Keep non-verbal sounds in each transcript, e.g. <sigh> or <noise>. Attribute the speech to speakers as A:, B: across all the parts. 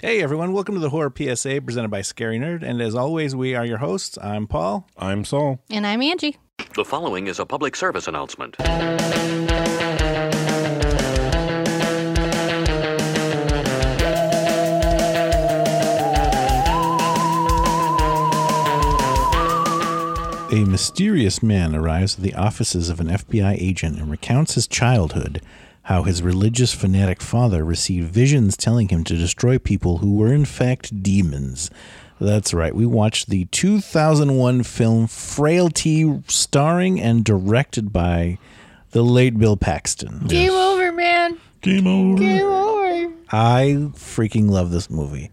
A: Hey everyone, welcome to the Horror PSA presented by Scary Nerd. And as always, we are your hosts. I'm Paul.
B: I'm Saul.
C: And I'm Angie.
D: The following is a public service announcement.
A: A mysterious man arrives at the offices of an FBI agent and recounts his childhood, how his religious fanatic father received visions telling him to destroy people who were in fact demons. That's right, we watched the 2001 film Frailty, starring and directed by the late Bill Paxton.
C: Game over, man.
B: Game over.
C: Game over.
A: I freaking love this movie.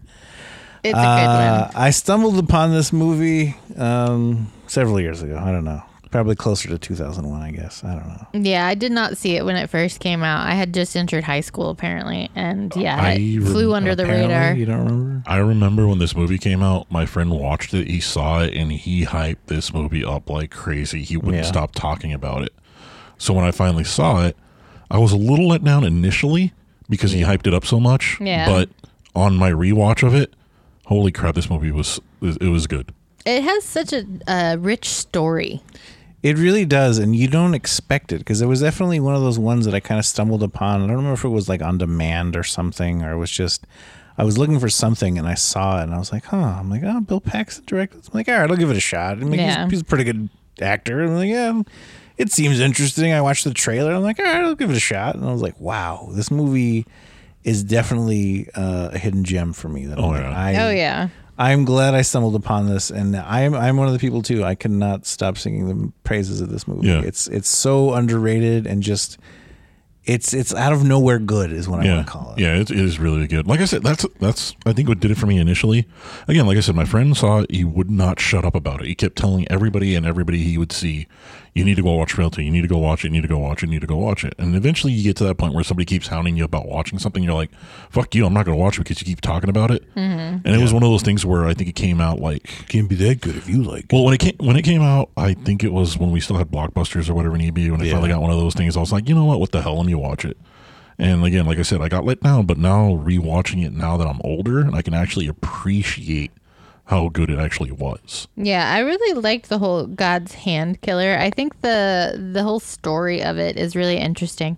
C: It's
A: Uh, I stumbled upon this movie um, several years ago. I don't know. Probably closer to 2001, I guess. I don't know.
C: a good one. Yeah, I did not see it when it first came out. I had just entered high school apparently, and yeah,
B: I
C: it
B: rem-
C: flew under the
A: Apparently,
C: radar.
A: You don't remember?
B: I remember when this movie came out, my friend watched it, he saw it, and he hyped this movie up like crazy. He wouldn't
A: Yeah.
B: stop talking about it. So when I finally saw it, I was a little let down initially because he hyped it up so much.
C: Yeah.
B: But on my rewatch of it, holy crap, this movie was it was good.
C: It has such a uh, rich story.
A: It really does, and you don't expect it because it was definitely one of those ones that I kind of stumbled upon. I don't remember if it was like on demand or something, or it was just I was looking for something and I saw it and I was like, huh. I'm like, oh, Bill Paxton directed. this." I'm like, all right, I'll give it a shot. I mean,
C: Yeah.
A: he's, he's a pretty good actor. I'm like, yeah, it seems interesting. I watched the trailer. I'm like, all right, I'll give it a shot. And I was like, wow, this movie is definitely uh, a hidden gem for me. That I'm
B: Oh,
A: like,
B: yeah.
A: I,
C: Oh yeah,
A: I'm glad I stumbled upon this, and I'm I'm one of the people too. I cannot stop singing the praises of this movie.
B: Yeah.
A: It's it's so underrated and just it's it's out of nowhere good is what I
B: yeah,
A: want to call it.
B: yeah, it, it is really good. Like I said, that's that's I think what did it for me initially. Again, like I said, my friend saw it. He would not shut up about it. He kept telling everybody and everybody he would see, "You need to go watch Realty. You need to go watch it. You need to go watch it. You need to go watch it." And eventually, you get to that point where somebody keeps hounding you about watching something. You're like, "Fuck you! I'm not going to watch it because you keep talking about it."
A: Mm-hmm.
B: And it was one of those things where I think it came out like
A: Can't be that good if you like.
B: well, when it came when it came out, I think it was when we still had blockbusters or whatever in EB. When I finally got one of those things, I was like, you know what? What the hell? Let me watch it. And again, like I said, I got let down, but now rewatching it now that I'm older, and I can actually appreciate how good it actually was.
C: yeah. I really liked the whole God's hand killer. I think the the whole story of it is really interesting,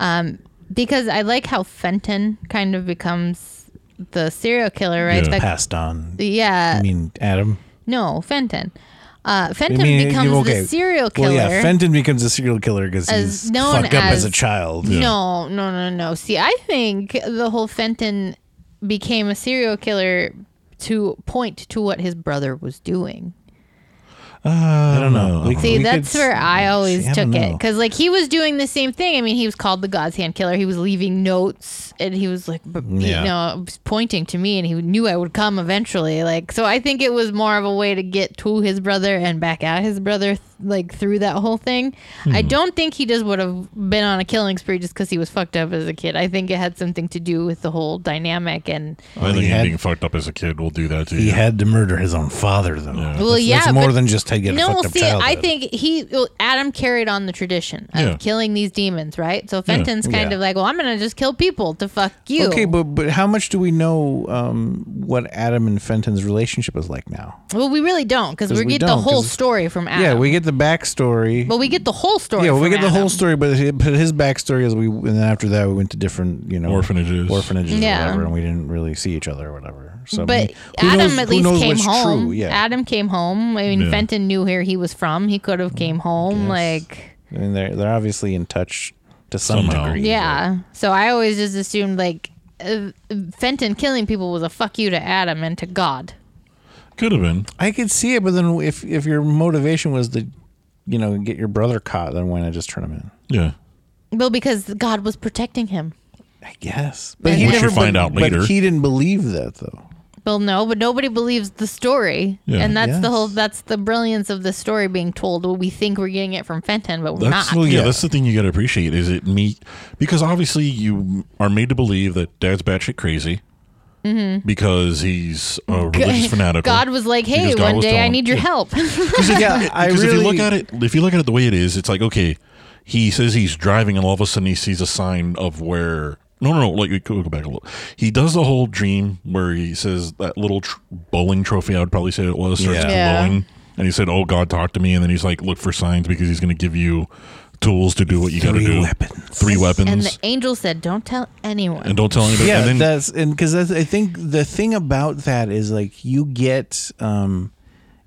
C: um, because I like how Fenton kind of becomes the serial killer, right?
B: Yeah.
C: That-
A: Passed on.
C: yeah.
A: I mean, Adam.
C: No, Fenton. Uh, Fenton
A: I mean,
C: becomes
A: you-
C: the serial killer.
A: Well, yeah, Fenton becomes a serial killer because
C: As
A: he's
C: known
A: fucked up as
C: as-
A: a child.
C: No, no, no, no. See, I think the whole Fenton became a serial killer to point to what his brother was doing.
B: I don't
A: know. We-
C: See,
A: could
C: that's
A: s-
C: where I always
A: I don't
C: took it
A: know.
C: because, like, he was doing the same thing. I mean, he was called the God's Hand Killer. He was leaving notes, and he was like, b-
A: Yeah.
C: you know, was pointing to me, and he knew I would come eventually. Like, so I think it was more of a way to get to his brother and back at his brother, th- like through that whole thing. I
A: Hmm.
C: don't think he just would have been on a killing spree just because he was fucked up as a kid. I think it had something to do with the whole dynamic and.
B: I think
A: he had-
B: being fucked up as a kid will do that to
A: He
B: you.
A: had to murder his own father, though.
C: Well,
A: That's-
C: yeah,
A: that's more
C: but-
A: than just to get a
C: No,
A: fucked up
C: see,
A: childhood.
C: I think he well, Adam carried on the tradition of
B: Yeah.
C: killing these demons, right? So Fenton's kind
A: Yeah.
C: of like, well, I'm gonna just kill people to fuck you.
A: Okay, but but how much do we know um, what Adam and Fenton's relationship is like now?
C: well, we really don't because
A: 'Cause
C: we
A: we
C: get the
A: don't,
C: whole
A: 'cause-
C: story from Adam.
A: Yeah, we get the backstory.
C: but we get the whole story.
A: yeah, well, we
C: from
A: get the whole
C: Adam.
A: story, but hi- but his backstory is we, and then after that we went to different, you know,
B: Orphanages.
A: orphanages,
C: Yeah.
A: or whatever, and we didn't really see each other or whatever. So, I
C: But
A: mean, who
C: Adam
A: knows-
C: at
A: who
C: least
A: knows
C: came
A: what's
C: home.
A: True? Yeah,
C: Adam came home. I mean,
B: Yeah.
C: Fenton knew where he was from. He could have came home. Like,
A: I mean, they're they're obviously in touch to some
B: Somehow.
A: degree.
C: yeah. So I always just assumed like uh, Fenton killing people was a fuck you to Adam and to God.
B: Could have been.
A: I could see it, but then if if your motivation was to, you know, get your brother caught, then why not just turn him in?
B: Yeah.
C: Well, because God was protecting him.
A: I guess, but he
B: Which you
A: never
B: find out
A: but
B: later.
A: he didn't believe that though.
C: Well, no, but nobody believes the story,
B: Yeah.
C: and that's the
A: Yes.
C: whole that's the brilliance of the story being told. Well, we think we're getting it from Fenton, but we're
B: That's
C: not.
B: well, yeah,
A: Yeah.
B: That's the thing you got to appreciate is it me because obviously you are made to believe that Dad's batshit crazy because he's a religious fanatic.
C: Mm-hmm. <laughs> God was like, "Hey,
B: Because God
C: one
B: was
C: day I
B: telling-
C: need your
A: <laughs>
B: Yeah.
C: help."
A: yeah, I
B: <laughs> because
A: really.
B: if you look at it, if you look at it the way it is, it's like okay, he says he's driving and all of a sudden he sees a sign of where No, no, no. Like, we could go back a little. He does the whole dream where he says that little tr- bowling trophy. I would probably say it was starts
A: Yeah.
C: Yeah.
B: glowing, and he said, "Oh God, talk to me." And then he's like, "Look for signs because he's going to give you tools to do what you got to
A: Three
B: do.
A: weapons.
B: Three weapons,
C: And
B: and,
C: the angel said, "Don't tell anyone."
B: don't tell anybody."
A: yeah,
B: and then,
A: that's and because I think the thing about that is like you get um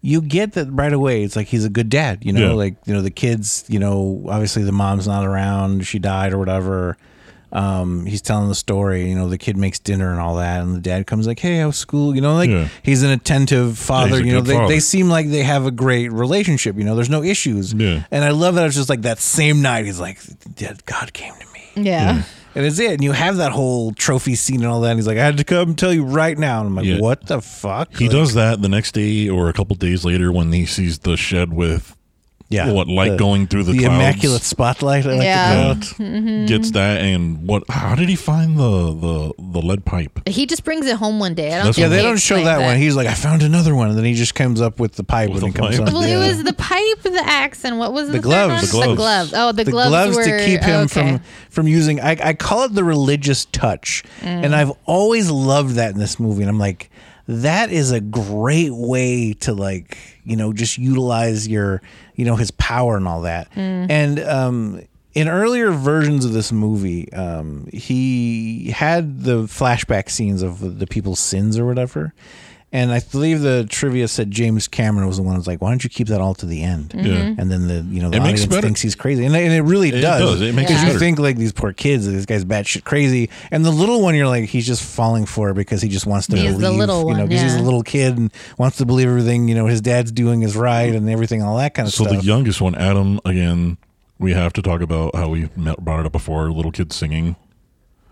A: you get that right away. It's like he's a good dad, you know,
B: Yeah.
A: like you know the kids, you know, obviously the mom's not around, she died or whatever. Um, he's telling the story, you know, the kid makes dinner and all that, and the dad comes like, "Hey, how's school?" You know, like
B: Yeah.
A: he's an attentive father.
B: a
A: you know,
B: good
A: they,
B: father.
A: they seem like they have a great relationship. You know, there's no issues.
B: Yeah.
A: And I love that it's just like that same night. He's like, "Dad, God came to me."
C: yeah.
A: And it's it. And you have that whole trophy scene and all that. And he's like, I had to come tell you right now. And I'm like,
B: Yeah.
A: what the fuck?
B: he
A: Like,
B: does that the next day or a couple days later when he sees the shed with
A: Yeah.
B: what light
A: The-
B: going through the,
A: The
B: clouds.
A: immaculate spotlight. I like
C: Yeah.
A: yeah.
B: Um, Gets that and what? How did he find the the the lead pipe?
C: He just brings it home one day. I don't
B: That's
C: think
A: Yeah, they
C: he
A: don't show
C: explained
A: that, one. He's like, I found another one. And then he just comes up with the pipe
B: With
A: when he
B: the
A: comes
B: pipe.
A: up.
C: well,
A: Yeah.
C: it was the pipe, the axe, and what was the,
A: The
C: third
A: gloves.
C: one?
A: The
B: gloves.
C: gloves. Oh, the,
A: the
C: gloves,
A: gloves,
C: were oh,
A: to keep him
C: okay.
A: from Mm-hmm. from using I, I call it the religious touch and i've always loved that in this movie and i'm like that is a great way to like you know just utilize your you know his power and all that and um in earlier versions of this movie, um, he had the flashback scenes of the people's sins or whatever. And I believe the trivia said James Cameron was the one who was like, why don't you keep that all to the end?
B: Yeah.
A: And then the, you know, the
B: It makes
A: audience
B: better-
A: thinks he's crazy. And, and it really
B: It
A: does.
B: does. It makes
A: Because
B: it
A: you
B: better.
A: think like these poor kids, this guy's batshit crazy, and the little one, you're like, he's just falling for it because he just wants to
C: He's the
A: believe,
C: little
A: you know,
C: one,
A: because he's
C: yeah.
A: a little kid and wants to believe everything, you know, his dad's doing is right and everything, all that kind of
B: So
A: stuff.
B: the youngest one, Adam, again, we have to talk about how we met, brought it up before. Little kid singing.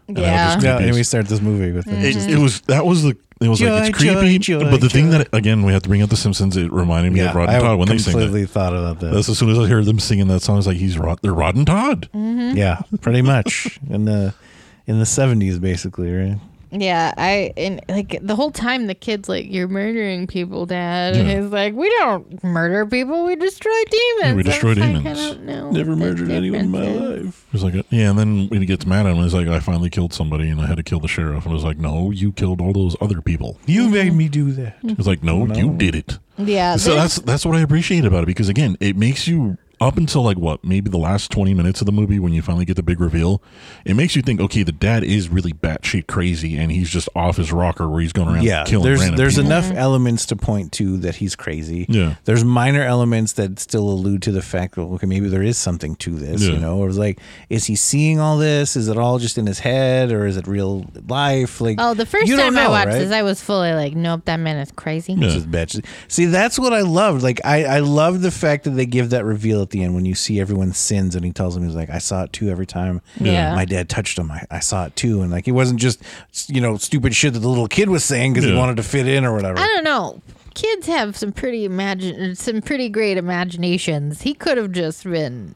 B: And how
C: Yeah.
B: just
A: yeah,
B: creepy.
A: and we start this movie with him.
B: it, it was that was the it was like it's
A: Joy, joy,
B: creepy.
A: joy,
B: but the thing
A: joy.
B: that again we have to bring up the Simpsons. It reminded me
A: Yeah,
B: of Rod
A: I
B: and Todd when they sing
A: completely
B: that.
A: thought about that.
B: That's as soon as I heard them singing that song, it's like he's Rod. They're Rod and Todd.
C: Mm-hmm.
A: Yeah, pretty much in the in the seventies, basically, right?
C: Yeah, I and like the whole time the kid's like, "You're murdering people, Dad," and
B: Yeah.
C: he's like, "We don't murder people. We destroy demons.
B: we
C: I was
B: destroy
C: like, I
B: demons.
C: don't know.
A: Never
C: what the
A: murdered anyone in my
C: difference is.
A: life.
B: He's like, yeah. And then when he gets mad at him, he's like, I finally killed somebody and I had to kill the sheriff. And I was like, no, you killed all those other people.
A: You Oh, made me do that.
B: He's like, no, you did it.
C: Yeah.
B: so
C: there's-
B: that's that's what I appreciate about it because again, it makes you up until like what maybe the last twenty minutes of the movie when you finally get the big reveal, it makes you think okay, the dad is really batshit crazy and he's just off his rocker where he's going around
A: Yeah,
B: killing
A: there's
B: random
A: there's
B: people.
A: enough
C: Mm-hmm.
A: elements to point to that he's crazy.
B: Yeah.
A: there's minor elements that still allude to the fact that okay, maybe there is something to this.
B: Yeah.
A: You know, or it's like, is he seeing all this? Is it all just in his head, or is it real life? Like,
C: oh, the first
A: you don't
C: time I
A: know,
C: watched
A: right?
C: this, I was fully like, "Nope, that man is crazy."
B: Yeah.
A: Just bitch. See, that's what I loved. Like, I, I love the fact that they give that reveal at the end when you see everyone sins and he tells him, he's like, I saw it too every time
C: Yeah.
A: my dad touched him. I, I saw it too. And like, it wasn't just, you know, stupid shit that the little kid was saying because
B: Yeah.
A: he wanted to fit in or whatever.
C: I don't know. Kids have some pretty imagine, some pretty great imaginations. He could have just been.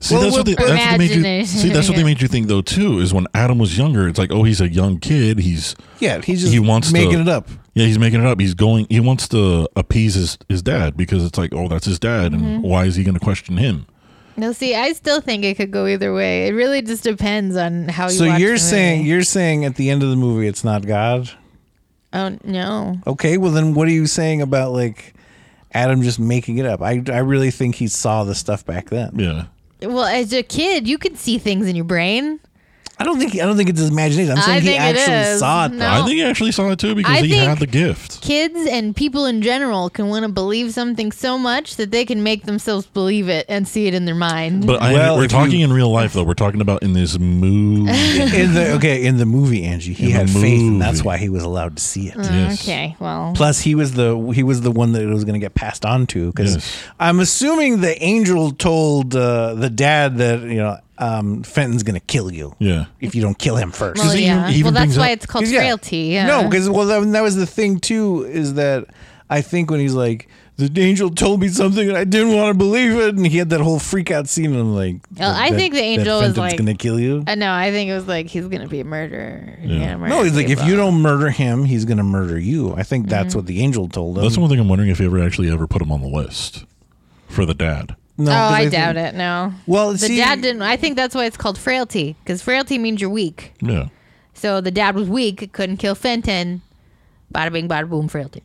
B: See,
A: Well,
B: that's what they,
A: with
B: that's what they made you
C: imagination,
B: see. That's what
C: <laughs>
B: they
C: yeah.
B: made you think though too is when Adam was younger. It's like oh, he's a young kid. He's
A: yeah. He's just
B: he wants
A: making
B: to-
A: it up.
B: Yeah, he's making it up. He's going. He wants to appease his, his dad because it's like, oh, that's his dad,
C: Mm-hmm.
B: and why is he going to question him?
C: No, see, I still think it could go either way. It really just depends on how you.
A: So
C: watch
A: you're
C: the
A: saying,
C: movie.
A: you're saying at the end of the movie, it's not God.
C: Oh no.
A: Okay. Well, then what are you saying about like Adam just making it up? I, I really think he saw the stuff back then.
B: Yeah,
C: Well, as a kid, you could see things in your brain.
A: I don't think, I don't think it's his imagination. I'm
C: I
A: saying he
C: think it
A: actually
C: is.
A: saw it.
C: No.
A: though.
B: I think he actually saw it too because
C: I
B: he
C: think-
B: had the gift.
C: Kids and people in general can want to believe something so much that they can make themselves believe it and see it in their mind.
B: But I,
A: Well,
B: we're
A: if
B: talking
A: you-
B: in real life though. We're talking about in this movie.
A: <laughs> in the okay in the movie angie he
B: In the
A: had faith and
B: movie.
A: that's why he was allowed to see it
C: Mm.
B: yes.
C: okay, well,
A: plus he was the he was the one that it was going to get passed on to because
B: Yes.
A: i'm assuming the angel told uh, the dad that you know um, fenton's going to kill you
B: Yeah.
A: if you don't kill him first
C: well,
B: he
C: yeah.
B: even- he even
C: well, that's
B: brings
C: why
B: up-
C: it's called
A: 'Cause,
C: frailty. Yeah.
A: no because well that, that was the thing too is that i think when he's like the angel told me something and i didn't want to believe it and he had that whole freak out scene and i'm like
C: Well, I
A: that-
C: think the
A: that
C: angel was
A: Fenton's
C: like-
A: going to kill you
C: Uh, no, I think it was like he's gonna be a murderer. He's gonna murder
A: no, he's like, if
C: people.
A: you don't murder him, he's going to murder you. I think
C: Mm-hmm.
A: that's what the angel told him.
B: That's the one thing I'm wondering if he ever actually ever put him on the list for the dad.
A: No,
C: Oh,
A: 'cause
C: I
A: think-
C: doubt it. No.
A: Well,
C: The
A: see,
C: dad didn't. I think that's why it's called frailty, because frailty means you're weak.
B: Yeah.
C: So the dad was weak, couldn't kill Fenton. Bada bing, bada boom, frailty.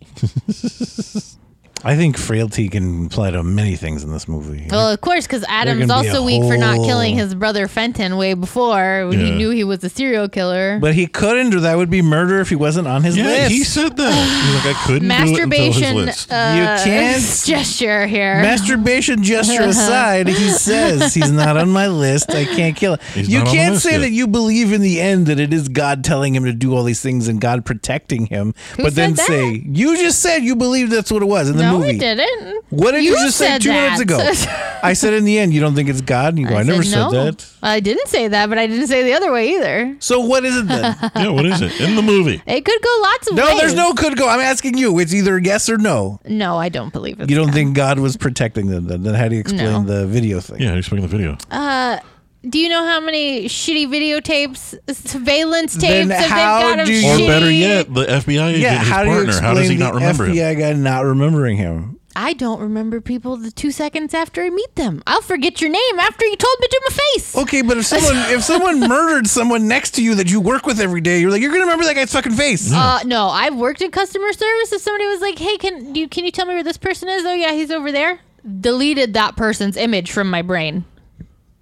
A: I think frailty can apply to many things in this movie.
C: Well, of course, because Adam's
A: gonna be
C: also
A: a
C: weak for not
A: whole-
C: killing his brother Fenton way before when he
B: Yeah.
C: knew he was a serial killer.
A: but he couldn't, or that would be murder if he wasn't on his
B: Yeah,
A: list.
B: he said that. He's like, I couldn't do it
C: Masturbation
B: until
C: uh,
B: his list.
A: can't-
C: <laughs> gesture here.
A: Masturbation
C: <laughs>
A: gesture aside, he says he's not on my list. I can't kill him.
B: He's
A: you
B: not on the
A: can't
B: list
A: say
B: yet.
A: that you believe in the end that it is God telling him to do all these things and God protecting him,
C: Who
A: but then
C: said
A: say you just said you believe that's what it was in the
C: no,
A: movie.
C: he didn't.
A: What did you, just say
C: said
A: two
C: that.
A: minutes ago?
C: <laughs>
A: I said in the end, you don't think it's God, and you go, I,
C: said
A: never said
C: no.
A: that.
C: I didn't say that, but I didn't say the other way either.
A: So what is it
C: <laughs>
A: then?
B: yeah, what is it? In the movie.
C: It could go lots of
A: no,
C: ways.
A: there's no could go. I'm asking you. It's either yes or no.
C: No, I don't believe it.
A: You don't think God was protecting them? Then, then how do you explain
C: No.
A: the video thing?
B: Yeah, he's making the video.
C: Do you know how many shitty videotapes, surveillance
A: Then
C: tapes have
A: how
C: been got of
A: do you-
B: or
C: shitty?
B: better yet, the FBI agent,
A: Yeah,
B: his
A: how do you
B: partner.
A: explain
B: how does he not
A: the
B: remember him?
A: FBI guy not remembering him?
C: I don't remember people the two seconds after I meet them. I'll forget your name after you told me to my
A: <laughs>
C: face.
A: Okay, but if someone if
C: <laughs>
A: someone murdered someone next to you that you work with every day, you're like you're gonna remember that guy's fucking face.
C: <gasps> Uh, no, I've worked in customer service. If somebody was like, "Hey, can do you can you tell me where this person is?" Oh yeah, he's over there. Deleted that person's image from my brain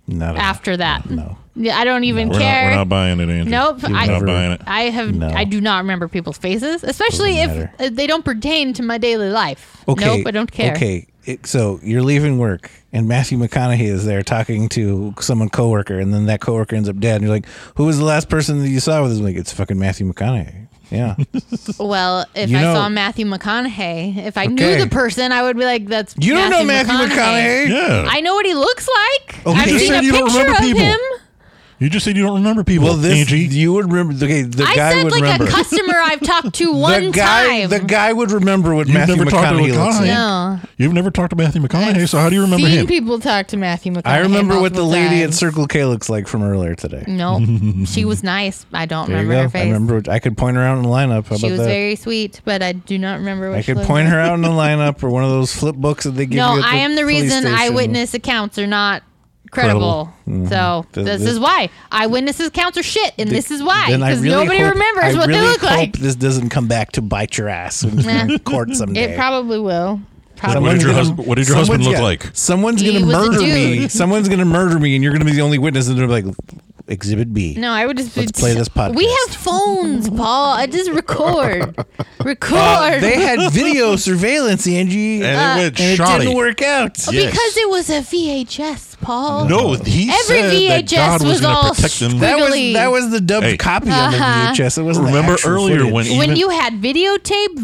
A: Not
C: after that.
A: no.
C: Yeah, I don't even
B: We're not,
C: care.
B: we're not buying it, Andrew.
C: Nope,
B: We're
C: I-
B: not buying it.
C: I have
A: No.
C: I do not remember people's faces, especially
A: Doesn't
C: if
A: matter.
C: uh, they don't pertain to my daily life. nope, I don't care.
A: Okay, it- so you're leaving work, and Matthew McConaughey is there talking to someone coworker, and then that coworker ends up dead, and you're like, "Who was the last person that you saw with?" This? like, it's fucking Matthew McConaughey.
C: <laughs>
A: Yeah,
C: Well, if
A: You
C: I
A: know-
C: saw Matthew McConaughey, if I knew
A: Okay.
C: the person, I would be like, "That's
A: you don't know Matthew McConaughey.
B: yeah.
C: I know what he looks like.
A: Okay.
C: I've
A: You
C: seen
B: said
C: a
B: you don't
C: picture
B: remember
C: of
B: people.
C: him.
B: you just said you don't remember people,
A: Well, this
B: Angie.
A: you would remember. Okay, the
C: I
A: guy
C: said
A: would
C: like
A: remember.
C: a customer I've
A: <laughs>
C: talked to
A: the
C: one
A: guy,
C: time.
A: the guy would remember what
B: You've
A: Matthew
B: never talked to
A: McConaughey looks
B: McConaughey.
A: like.
C: No.
B: You've never talked to Matthew McConaughey,
C: I've
B: so how do you remember
C: seen
B: him?
C: people talk to Matthew McConaughey.
A: I remember what the
C: multiple
A: lady at
C: times.
A: Circle K looks like from earlier today. <laughs>
C: No, she was nice. I don't
A: There you
C: remember
A: go.
C: her face.
A: I remember. what- I could point her out in the lineup. How
C: she
A: about
C: was
A: that?
C: very sweet, but I do not remember what
A: I
C: she
A: could
C: looked
A: point
C: like.
A: her
C: <laughs>
A: out in the lineup or one of those flip books that they give
C: No,
A: you. at
C: I am the
A: police
C: reason
A: station. Mm-hmm.
C: eyewitness accounts are not credible. So
A: Th-
C: this
A: this-
C: is why eyewitness accounts are shit, and this is why
A: Then I
C: because
A: really
C: nobody
A: hope-
C: remembers
A: I
C: what
A: really
C: they look
A: hope
C: like.
A: This doesn't come back to bite your ass when
C: <laughs>
A: you're in court someday.
C: It probably will.
B: What
C: Probably.
B: did your
A: gonna-
B: husband- what did your husband
A: someone's
B: look
A: gonna-
B: like?
A: Someone's
C: He
A: gonna
C: was a
A: murder <laughs>
C: dude.
A: me. Someone's gonna murder me, and you're gonna be the only witness. And they're like, "Exhibit B."
C: No, I would just be-
A: Let's play this
C: We
A: podcast.
C: have phones, Paul. I just
A: <laughs>
C: record, record.
A: Uh, they
C: <laughs>
A: had video surveillance, Angie,
B: And it went
A: uh, and it
B: shoddy.
A: didn't work out.
B: yes.
C: Because it was a VHS, Paul.
B: no, he
C: Every
B: said that
C: VHS
B: God was,
C: was
B: going to
C: all
B: protect them.
A: That was
C: Wiggly.
A: that was the dubbed
B: Hey.
A: copy on the
C: Uh-huh.
A: VHS. It wasn't. the
B: Remember
A: actual
B: earlier
A: footage.
B: when
C: When
B: even-
C: you had videotape,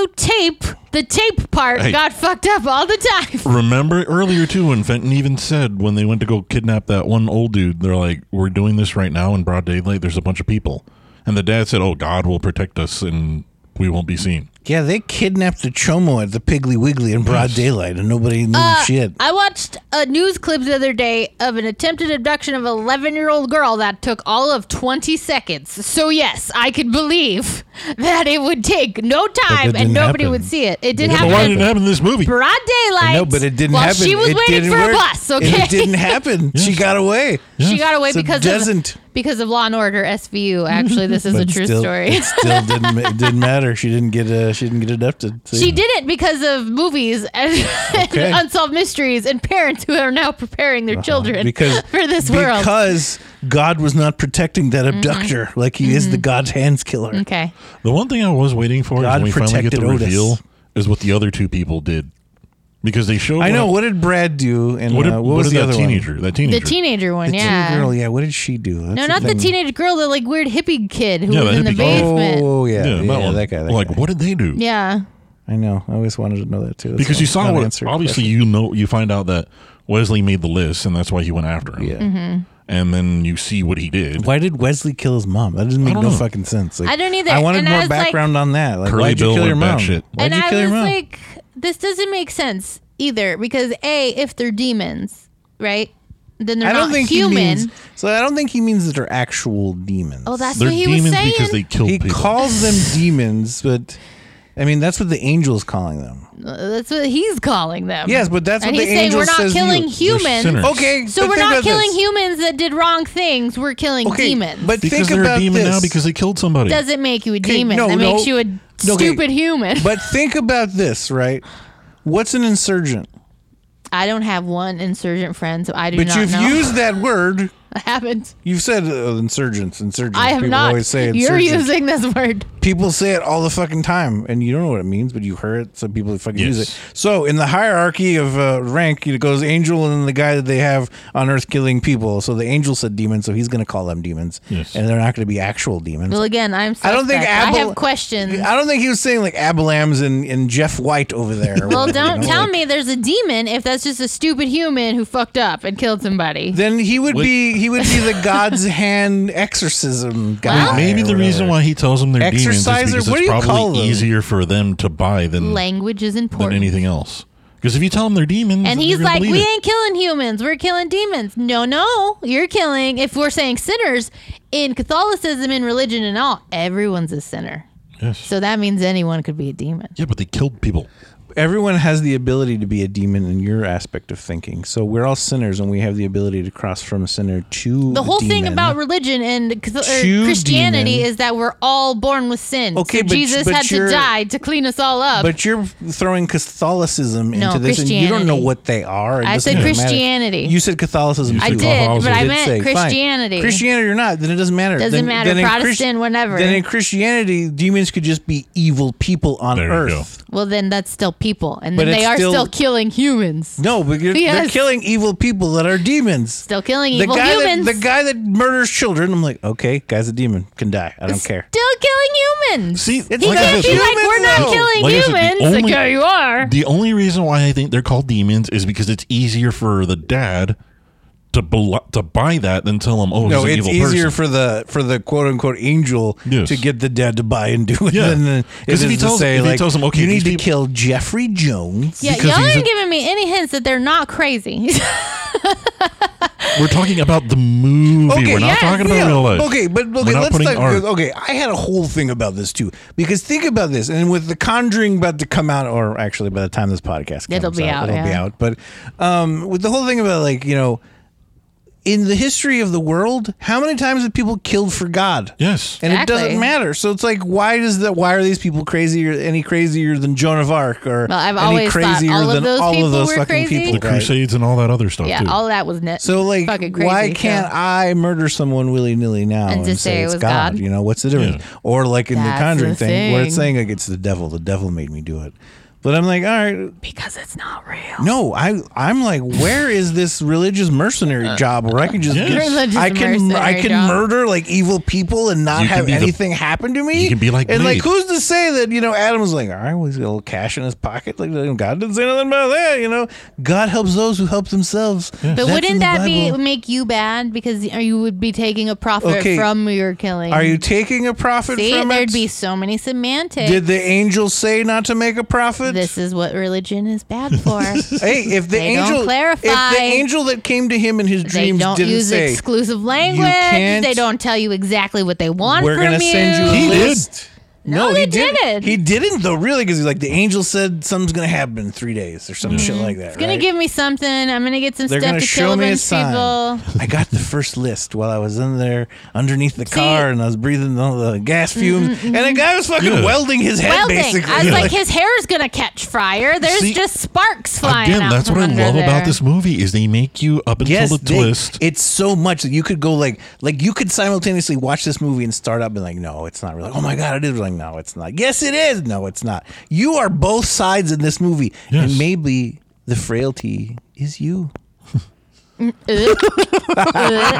C: videotape, the tape part
B: Hey.
C: got fucked up all the
A: <laughs>
C: time.
B: Remember earlier too when Fenton even said when they went to go kidnap that one old dude, they're like, "We're doing this right now in broad daylight. There's a bunch of people," and the dad said, "Oh, God will protect us and we won't be seen."
A: Yeah, they kidnapped a chomo at the Piggly Wiggly in broad daylight, and nobody knew shit.
C: Uh, I watched a news clip the other day of an attempted abduction of an 11 year old girl that took all of 20 seconds. So, yes, I could believe <laughs> that it would take no time
A: didn't
C: and nobody
A: happen.
C: would see it. It did
B: But
C: happen.
B: why did it happen in this movie?
C: Broad daylight.
A: no, but it didn't
C: while
A: happen.
C: She was
A: it
C: waiting
A: didn't
C: for
A: work.
C: a bus.
A: And
C: Okay,
A: it didn't
C: <laughs>
A: happen. She got away.
C: she got away
A: So
C: because
A: doesn't.
C: of because of Law and Order SVU. Actually, this is a
A: But
C: true
A: still,
C: story.
A: It
C: <laughs>
A: still didn't. ma- It didn't matter. She didn't get. Uh, she didn't get adopted. See?
C: She did it because of movies and, <laughs> and
A: Okay. Uh-huh.
C: unsolved mysteries and parents who are now preparing their children
A: because
C: <laughs> for this world. Mm-hmm.
A: Because God was not protecting that abductor like He is the God's hands killer.
C: okay.
B: The one thing I was waiting for
A: God
B: is when we finally get
A: protected
B: the
A: Otis.
B: reveal is what the other two people did because they showed.
A: I know.
B: up-
A: What did Brad do? And
B: What, did,
A: uh,
B: what
A: what was
B: did
A: the
B: that
A: other
B: teenager?
A: one?
B: That teenager.
C: The teenager one,
A: The
C: yeah.
A: teen girl. Yeah. What did she do? That's
C: No, not the
A: thing.
C: teenage girl, the like weird hippie kid who
B: Yeah,
C: was
B: the
C: in the
B: hippie kid.
C: basement.
A: Oh, yeah.
B: yeah,
A: Yeah,
B: that one.
A: that guy. That
B: like,
A: guy.
B: what did they do?
C: Yeah.
A: I know. I always wanted to know that too. That's
B: because
A: not-
B: you saw
A: not
B: what
A: answered
B: obviously
A: question.
B: you know you find out that Wesley made the list and that's why he went after him.
A: Yeah.
C: Mm-hmm.
B: And then you see what he did.
A: Why did Wesley kill his mom? That doesn't make no
B: don't know.
A: fucking sense. Like,
C: I don't either.
A: I wanted
C: And I
A: more
C: was like-
A: background on that. Like,
B: Curly
A: why'd you
B: Bill
A: kill your
B: went
A: mom?
B: batshit.
A: Why'd
C: and
A: you
C: I
A: kill
C: was
A: your mom?
C: like, this doesn't make sense either because A, if they're demons, right? Then they're
A: I don't
C: not
A: think
C: human.
A: he means. So I don't think he means that they're actual demons.
C: oh, that's
B: They're
C: what he was
B: demons
C: saying.
B: because they killed
A: he
B: people.
A: calls them demons, but I mean, that's what the angel's calling them.
C: That's what he's calling them.
A: Yes, but that's
C: and
A: what
C: he's
A: the
C: saying
A: angel
C: we're not
A: says to
C: killing
A: you.
B: They're
C: humans.
B: sinners.
A: Okay,
C: So
A: but
C: we're
A: think
C: not
A: of
C: killing
A: this.
C: humans that did wrong things. We're killing
A: Okay,
C: demons.
A: But
B: because
A: think
B: they're
A: about
B: a demon
A: this.
B: now because they killed somebody.
C: doesn't make you a
A: Okay,
C: demon.
A: no,
C: that
A: no.
C: makes you a
A: No, okay.
C: stupid <laughs> human.
A: But think about this, right? What's an insurgent?
C: I don't have one insurgent friend, so I do
A: But
C: not
A: you've
C: know <laughs>
A: used that word.
C: what happened.
A: You've said uh, insurgents, insurgents.
C: I have
A: People
C: not.
A: always say
C: You're
A: insurgents.
C: using this word.
A: people say it all the fucking time, and you don't know what it means, but you heard it, so people fucking use
B: Yes.
A: it. So in the hierarchy of uh, rank, it goes angel and then the guy that they have on earth killing people. So the angel said demons, so he's going to call them demons,
B: Yes.
A: and they're not going to be actual demons.
C: Well, again, I'm.
A: I don't think
C: suspect.
A: Abel-
C: I have questions.
A: I don't think he was saying like Abalams and, and Jeff White over there. or
C: <laughs>
A: whatever, <laughs>
C: Well,
A: you
C: don't
A: know,
C: tell
A: like-
C: me there's a demon if that's just a stupid human who fucked up and killed somebody.
A: Then he would
B: Wait.
A: be he would be
B: <laughs>
A: the God's hand exorcism guy.
C: Well-
B: Maybe
A: or
B: the reason
A: whatever.
B: why he tells them they're demons is
A: Exerciser?
B: because
A: What do
B: it's
A: you call
B: probably
A: them?
B: easier for them to buy than
C: Language is
B: than
C: important.
B: anything else. Because if you tell them they're demons,
C: And
B: they're
C: he's
B: gonna
C: like,
B: believe
C: we
B: it.
C: ain't killing humans. We're killing demons. No, no. You're killing, if we're saying sinners, in Catholicism, in religion, and all, everyone's a sinner.
B: Yes.
C: So that means anyone could be a demon.
B: yeah, but they killed people.
A: everyone has the ability to be a demon in your aspect of thinking. So we're all sinners, and we have the ability to cross from a sinner to
C: The whole thing
A: demon.
C: about religion and Cath- or
A: Two
C: Christianity
A: demon.
C: is that we're all born with sin.
A: Okay,
C: so
A: but-
C: Jesus
A: but
C: had to
A: you're-
C: die to clean us all up.
A: But you're throwing Catholicism
C: No,
A: into this, and you don't know
C: Christianity.
A: what they are. It
C: I
A: doesn't
C: said
A: really matter.
C: Christianity.
A: You said Catholicism.
B: I
A: too.
B: did, but
A: You
B: I
A: did
C: meant
A: say, fine.
C: Christianity.
A: Christianity or not, then it doesn't matter.
C: Doesn't
A: Then-
C: matter,
A: then in
C: Protestant, whatever.
A: Then in Christianity, demons could just be evil people on
B: There you
A: earth.
C: well, then that's still people. And
A: But
C: then they
A: it's
C: are
A: still-
C: still, killing humans.
A: No, but you're, they're
C: Yes.
A: killing evil people that are demons.
C: Still killing
A: The
C: evil
A: guy, that,
C: humans.
A: the guy that murders children, I'm like, okay, guy's a demon, can die. I don't care.
C: Still killing humans.
B: See,
C: he
B: It's
A: like
C: can't
A: a
C: be like
A: human,
C: we're not
A: though.
C: killing
B: Like I said, the
C: humans.
B: only-
C: like, yeah, you are.
B: The only reason why I think they're called demons is because it's easier for the dad to bel to buy that than tell him, oh,
A: No,
B: he's an
A: it's
B: evil
A: easier
B: person.
A: for the for the quote unquote angel
B: Yes.
A: to get the dead to buy and do it
B: Yeah.
A: than the, it
B: 'Cause if
A: is
B: he
A: to
B: tells-
A: say
B: if he
A: like
B: tells them, okay,
A: you need
B: these
A: to
B: people-
A: kill Jeffrey Jones.
C: Yeah,
B: because
C: y'all
B: he's
C: ain't
B: a-
C: giving me any hints that they're not crazy. <laughs>
B: We're talking about the movie. We're not
A: yeah,
B: talking about
A: yeah.
B: real life.
A: Okay, but
B: We're
A: okay,
B: not
A: let's
B: putting
A: talk.
B: art.
A: Okay, I had a whole thing about this too because think about this, and with the Conjuring about to come out, or actually by the time this podcast comes
C: It'll be out,
A: it'll be
C: yeah.
A: out. But um, with the whole thing about like you know, in the history of the world, how many times have people killed for God?
B: Yes.
A: And
C: Exactly.
A: it doesn't matter. So it's like, why does that? Why are these people crazier? Any crazier than Joan of Arc, or
C: Well, I've
A: any
C: always thought
A: crazier
C: all of
A: than
C: those
A: all
C: people
A: of those
C: were
A: fucking
C: crazy.
A: people?
B: the
A: right?
B: Crusades and all that other stuff
C: yeah,
B: too.
C: all that was net.
A: So like,
C: fucking crazy.
A: why can't
C: so.
A: I murder someone willy nilly now and,
C: And just
A: say,
C: say it
A: it's
C: was
A: God?
C: God?
A: You know what's the difference? Or like in
C: That's
A: the Conjuring
C: the
A: thing, where it's
C: thing.
A: saying like it's the devil. The devil made me do it. But I'm like, all right,
C: Because it's not real.
A: no, I I'm like, where is this religious mercenary job where I can just
B: Uh, Yes.
A: get-
C: <laughs> Religious
A: I can
C: mercenary
A: I can
C: job.
A: murder like evil people and not
B: You can
A: have
B: be the-
A: anything happen to me?
B: you can be like
A: and like
B: Blade.
A: who's to say that you know Adam was like, all right, well, he's got a little cash in his pocket. Like God didn't say nothing about that. You know, God helps those who help themselves.
C: But
A: That's in
C: wouldn't
A: the
C: that be
A: Bible.
C: make you bad because you would be taking a profit
A: Okay.
C: from your killing?
A: Are you taking a profit
C: See,
A: from
C: there'd
A: it?
C: be so many semantics.
A: Did the angel say not to make a profit?
C: this is what religion is bad
A: <laughs>
C: for.
A: hey, if the
C: They don't
A: angel if
C: clarify.
A: the angel that came to him in his
C: they
A: dreams
C: don't
A: didn't
C: use
A: say
C: exclusive language.
A: can't-
C: They don't tell you exactly what they want
A: we're
C: from
A: gonna
C: you.
A: send you a
B: He did.
A: list.
C: No,
A: he
C: they
A: didn't.
C: didn't.
A: He didn't though, really, because he's like the angel said something's gonna happen in three days or some shit like that.
C: Mm-hmm. It's gonna give me something. I'm gonna get some
A: They're
C: stuff
A: gonna
C: to
A: show
C: kill a
A: me a
C: bunch
A: sign.
C: of
A: <laughs>
C: people.
A: I got the first list while I was in there underneath the car, and I was breathing all the gas fumes, and a guy was fucking
B: Yeah.
A: welding his head
C: mm-hmm, Welding.
A: basically.
C: I was like, his hair's gonna catch fire. There's
B: See,
C: just sparks flying
B: Again,
C: out
B: that's what
C: from
B: I
C: under
B: love
C: there.
B: about this movie is they make you up until
A: Yes,
B: the
A: they- <laughs>
B: twist.
A: It's so much that you could go like like you could simultaneously watch this movie and start up and like, no, it's not really. Oh my god, it is. Like, no, it's not. Yes, it is. No, it's not. You are both sides in this movie, and
B: Yes.
A: maybe the frailty is you.
C: Ugh.
A: <laughs>
C: Ugh.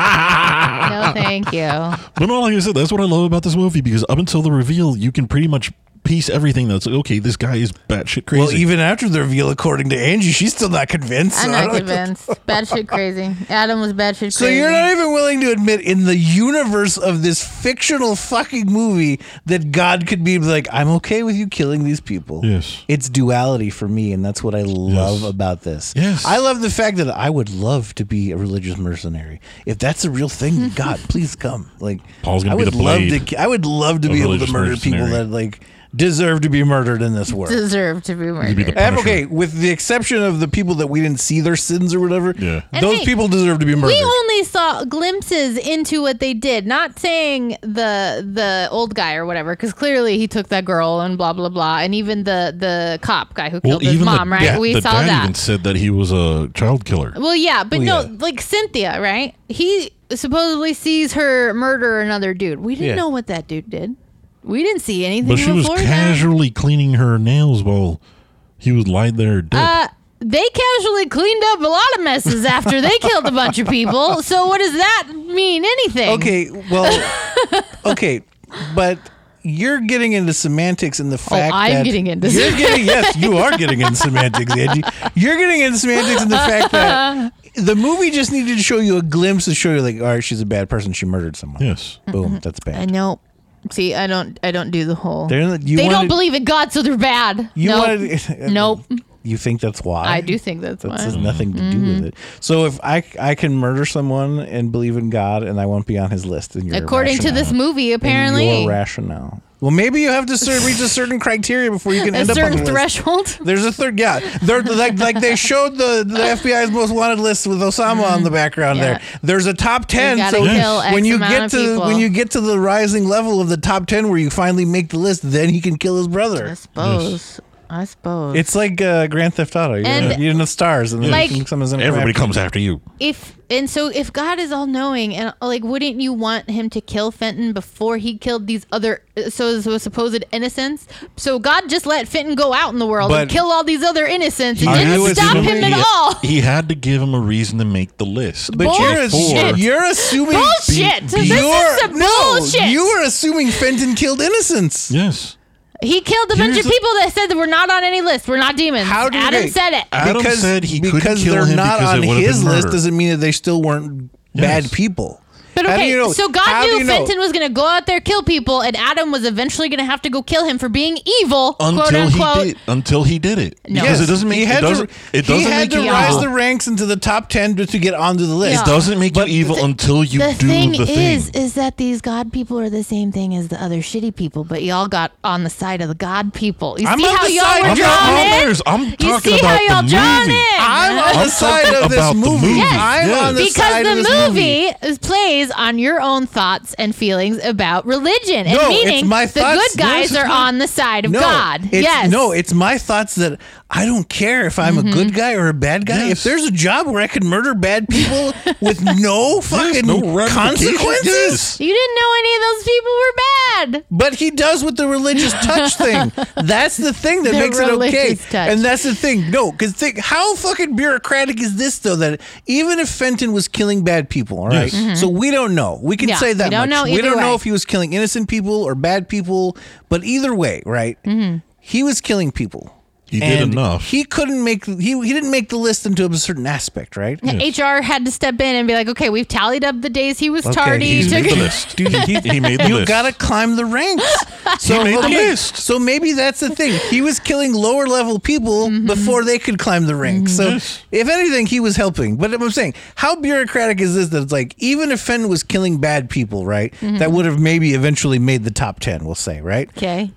C: no, thank you.
B: But no, like I said, that's what I love about this movie because up until the reveal, you can pretty much piece everything that's like, okay, this guy is batshit crazy.
A: Well, even after the reveal, according to Angie, she's still not convinced. so
C: I'm
A: I
C: not
A: don't-
C: convinced. Bad shit crazy. Adam was bad shit crazy.
A: So you're not even willing to admit in the universe of this fictional fucking movie that God could be like, I'm okay with you killing these people.
B: Yes.
A: It's duality for me, and that's what I love about this.
B: Yes.
A: I love the fact that I would love to be a religious mercenary. If that's a real
B: <laughs>
A: thing, God, please come. Like
B: Paul's gonna
A: I
B: be
A: would
B: the
A: love
B: Blade
A: to I would love to
B: of
A: be able to
B: religious
A: murder people
B: mercenary.
A: that like deserve to be murdered in this world.
C: deserve to be murdered.
B: be the
A: Ev-
B: Punisher.
A: Okay, with the exception of the people that we didn't see their sins or whatever,
B: Yeah.
C: And
A: those
C: hey,
A: people deserve to be murdered.
C: we only saw glimpses into what they did. Not saying the the old guy or whatever, because clearly he took that girl and blah blah blah, and even the the cop guy who
B: Well,
C: killed his
B: even
C: mom,
B: the,
C: right?
B: yeah,
C: we
B: the
C: saw
B: dad
C: that.
B: even Oh, said that he was a child killer.
C: Well, yeah, but
A: Well,
C: no,
A: yeah.
C: like Cynthia, right? He supposedly sees her murder another dude. We didn't
A: Yeah.
C: know what that dude did. We didn't see anything
B: But she was
C: before that.
B: casually cleaning her nails while he was lying there dead.
C: Uh, they casually cleaned up a lot of messes after they killed a bunch of people. So what does that mean? Anything?
A: Okay, well,
C: <laughs>
A: okay, but you're getting into semantics in the fact
C: Oh, I'm
A: that
C: getting into
A: you're getting yes, you are getting into semantics, Angie. You're getting into semantics in the fact that the movie just needed to show you a glimpse to show you like, all right, she's a bad person, she murdered someone.
B: yes.
A: Boom, that's
C: I
A: bad.
C: know. See, I don't. I don't do the whole.
A: They're- you
C: they don't
A: wanted-
C: believe in God, so they're bad.
A: You <laughs>
C: nope.
A: wanted-
C: <laughs> nope.
A: You think that's why?
C: I do think that's,
A: That
C: why. Mm-hmm.
A: has nothing to do with it. So if I I can murder someone and believe in God and I won't be on His list, and you're
C: According to this movie, apparently
A: your rationale. Well, maybe you have to cer- reach a
C: <laughs>
A: certain criteria before you can
C: a
A: end up on the
C: certain
A: list.
C: threshold. <laughs>
A: There's a third, yeah. There, like, like they showed the, the FBI's most wanted list with Osama on the background
C: Mm, yeah.
A: there. There's a top ten.
C: gotta
A: So
C: kill X
A: when you
C: amount
A: get
C: of
A: to
C: people.
A: when you get to the rising level of the top ten, where you finally make the list, then he can kill his brother.
C: I suppose. I suppose.
A: It's like uh, Grand Theft Auto. You're,
C: And-
A: in, you're in the stars, and then
C: Like-
A: someone's gonna come after
B: Everybody
A: you.
B: comes after you.
C: if and so if God is all knowing and like wouldn't you want him to kill Fenton before he killed these other so, so supposed innocents? So God just let Fenton go out in the world and
A: But-
C: kill all these other innocents and
A: I knew
C: didn't
A: it's
C: stop
A: gonna
C: him
A: be-
C: at all.
B: He had to give him a reason to make the list.
A: But you're,
C: Bullshit.
A: assu- you're assuming
C: Bullshit. This is some bullshit.
A: You are assuming Fenton killed innocents.
B: yes.
C: He killed a bunch
B: Here's
C: of
B: the-
C: people that said that we're not on any list. We're not demons.
A: How do Uh,
C: Adam
A: they-
C: said it.
B: Adam
A: because,
B: said he couldn't
A: because
B: kill
A: they're
B: him
A: not
B: because it
A: on
B: would've
A: his
B: been
A: list
B: murder.
A: doesn't mean that they still weren't bad
B: Yes.
A: people.
C: But
A: How do
C: okay,
A: you know-
C: so God
A: how do
C: knew
A: you know?
C: Fenton was going to go out there kill people, and Adam was eventually going to have to go kill him for being evil, quote
B: Until he
C: unquote.
B: did until he did it.
C: No.
B: Because
A: Yes,
B: it doesn't make
A: he had
B: it doesn't,
A: to,
B: it doesn't
A: he had
B: make
A: to
B: you
A: rise
B: evil.
A: the ranks into the top ten to, to get onto the list.
C: Yeah.
B: It doesn't make you evil until you
C: the
B: do
C: thing
B: the thing.
C: is is that these god people are the same thing as the other shitty people but y'all got on the side of the god people you
A: I'm
C: see
A: on
C: how
A: the
C: y'all
A: side-
C: were
A: I'm
B: I'm not
C: drawn in
B: others. I'm
C: you
B: talking
C: see
B: about
C: how y'all
B: the
C: drawn
B: movie.
C: in
A: I'm on the
B: I'm
A: side
B: talking
A: of this
B: about the
A: movie.
B: movie. Yes.
A: I'm on the
B: Yes.
A: side
C: because the
A: of this movie.
C: movie, is- plays on your own thoughts and feelings about religion and
A: No, it's
C: meaning
A: my
C: the
A: thoughts.
C: good
A: No,
C: guys
A: it's
C: are
A: not-
C: on the side of
A: no,
C: god
A: It's,
C: yes Mm-hmm.
A: No, it's my thoughts that I don't care if I'm a good guy or a bad guy.
B: Yes.
A: If there's a job where I can murder bad
B: <laughs>
A: people with no fucking
B: no ramifications.
A: consequences.
C: you didn't know any of those people were bad
A: But he does with the religious touch
C: <laughs>
A: thing. That's the thing that
C: The
A: makes it okay.
C: religious touch.
A: And that's the thing. No, because think how fucking bureaucratic is this though? That even if Fenton was killing bad people, all right.
B: Yes. Mm-hmm.
A: So we don't know. We can
C: Yeah,
A: say that
C: we don't
A: much.
C: know
A: we
C: either
A: don't know
C: way.
A: if he was killing innocent people or bad people. But either way, right?
C: Mm-hmm.
A: He was killing people.
B: He did
A: And
B: enough.
A: He couldn't make he he didn't make the list into a certain aspect, right?
C: HR had to step in and be like, "Okay, we've tallied up the days he was
A: Okay,
C: tardy."
B: He's
A: He
B: made
C: took-
B: the list. he, he made
A: <laughs>
B: the
A: You
B: list.
A: gotta climb the ranks. So
B: made the
A: okay,
B: list.
A: So maybe that's the thing. He was killing lower level people
C: Mm-hmm.
A: before they could climb the ranks. So
B: Yes.
A: if anything, he was helping. But I'm saying, how bureaucratic is this? That it's like even if Fenn was killing bad people, right?
C: Mm-hmm.
A: That would have maybe eventually made the top ten. We'll say, right?
C: <laughs> okay.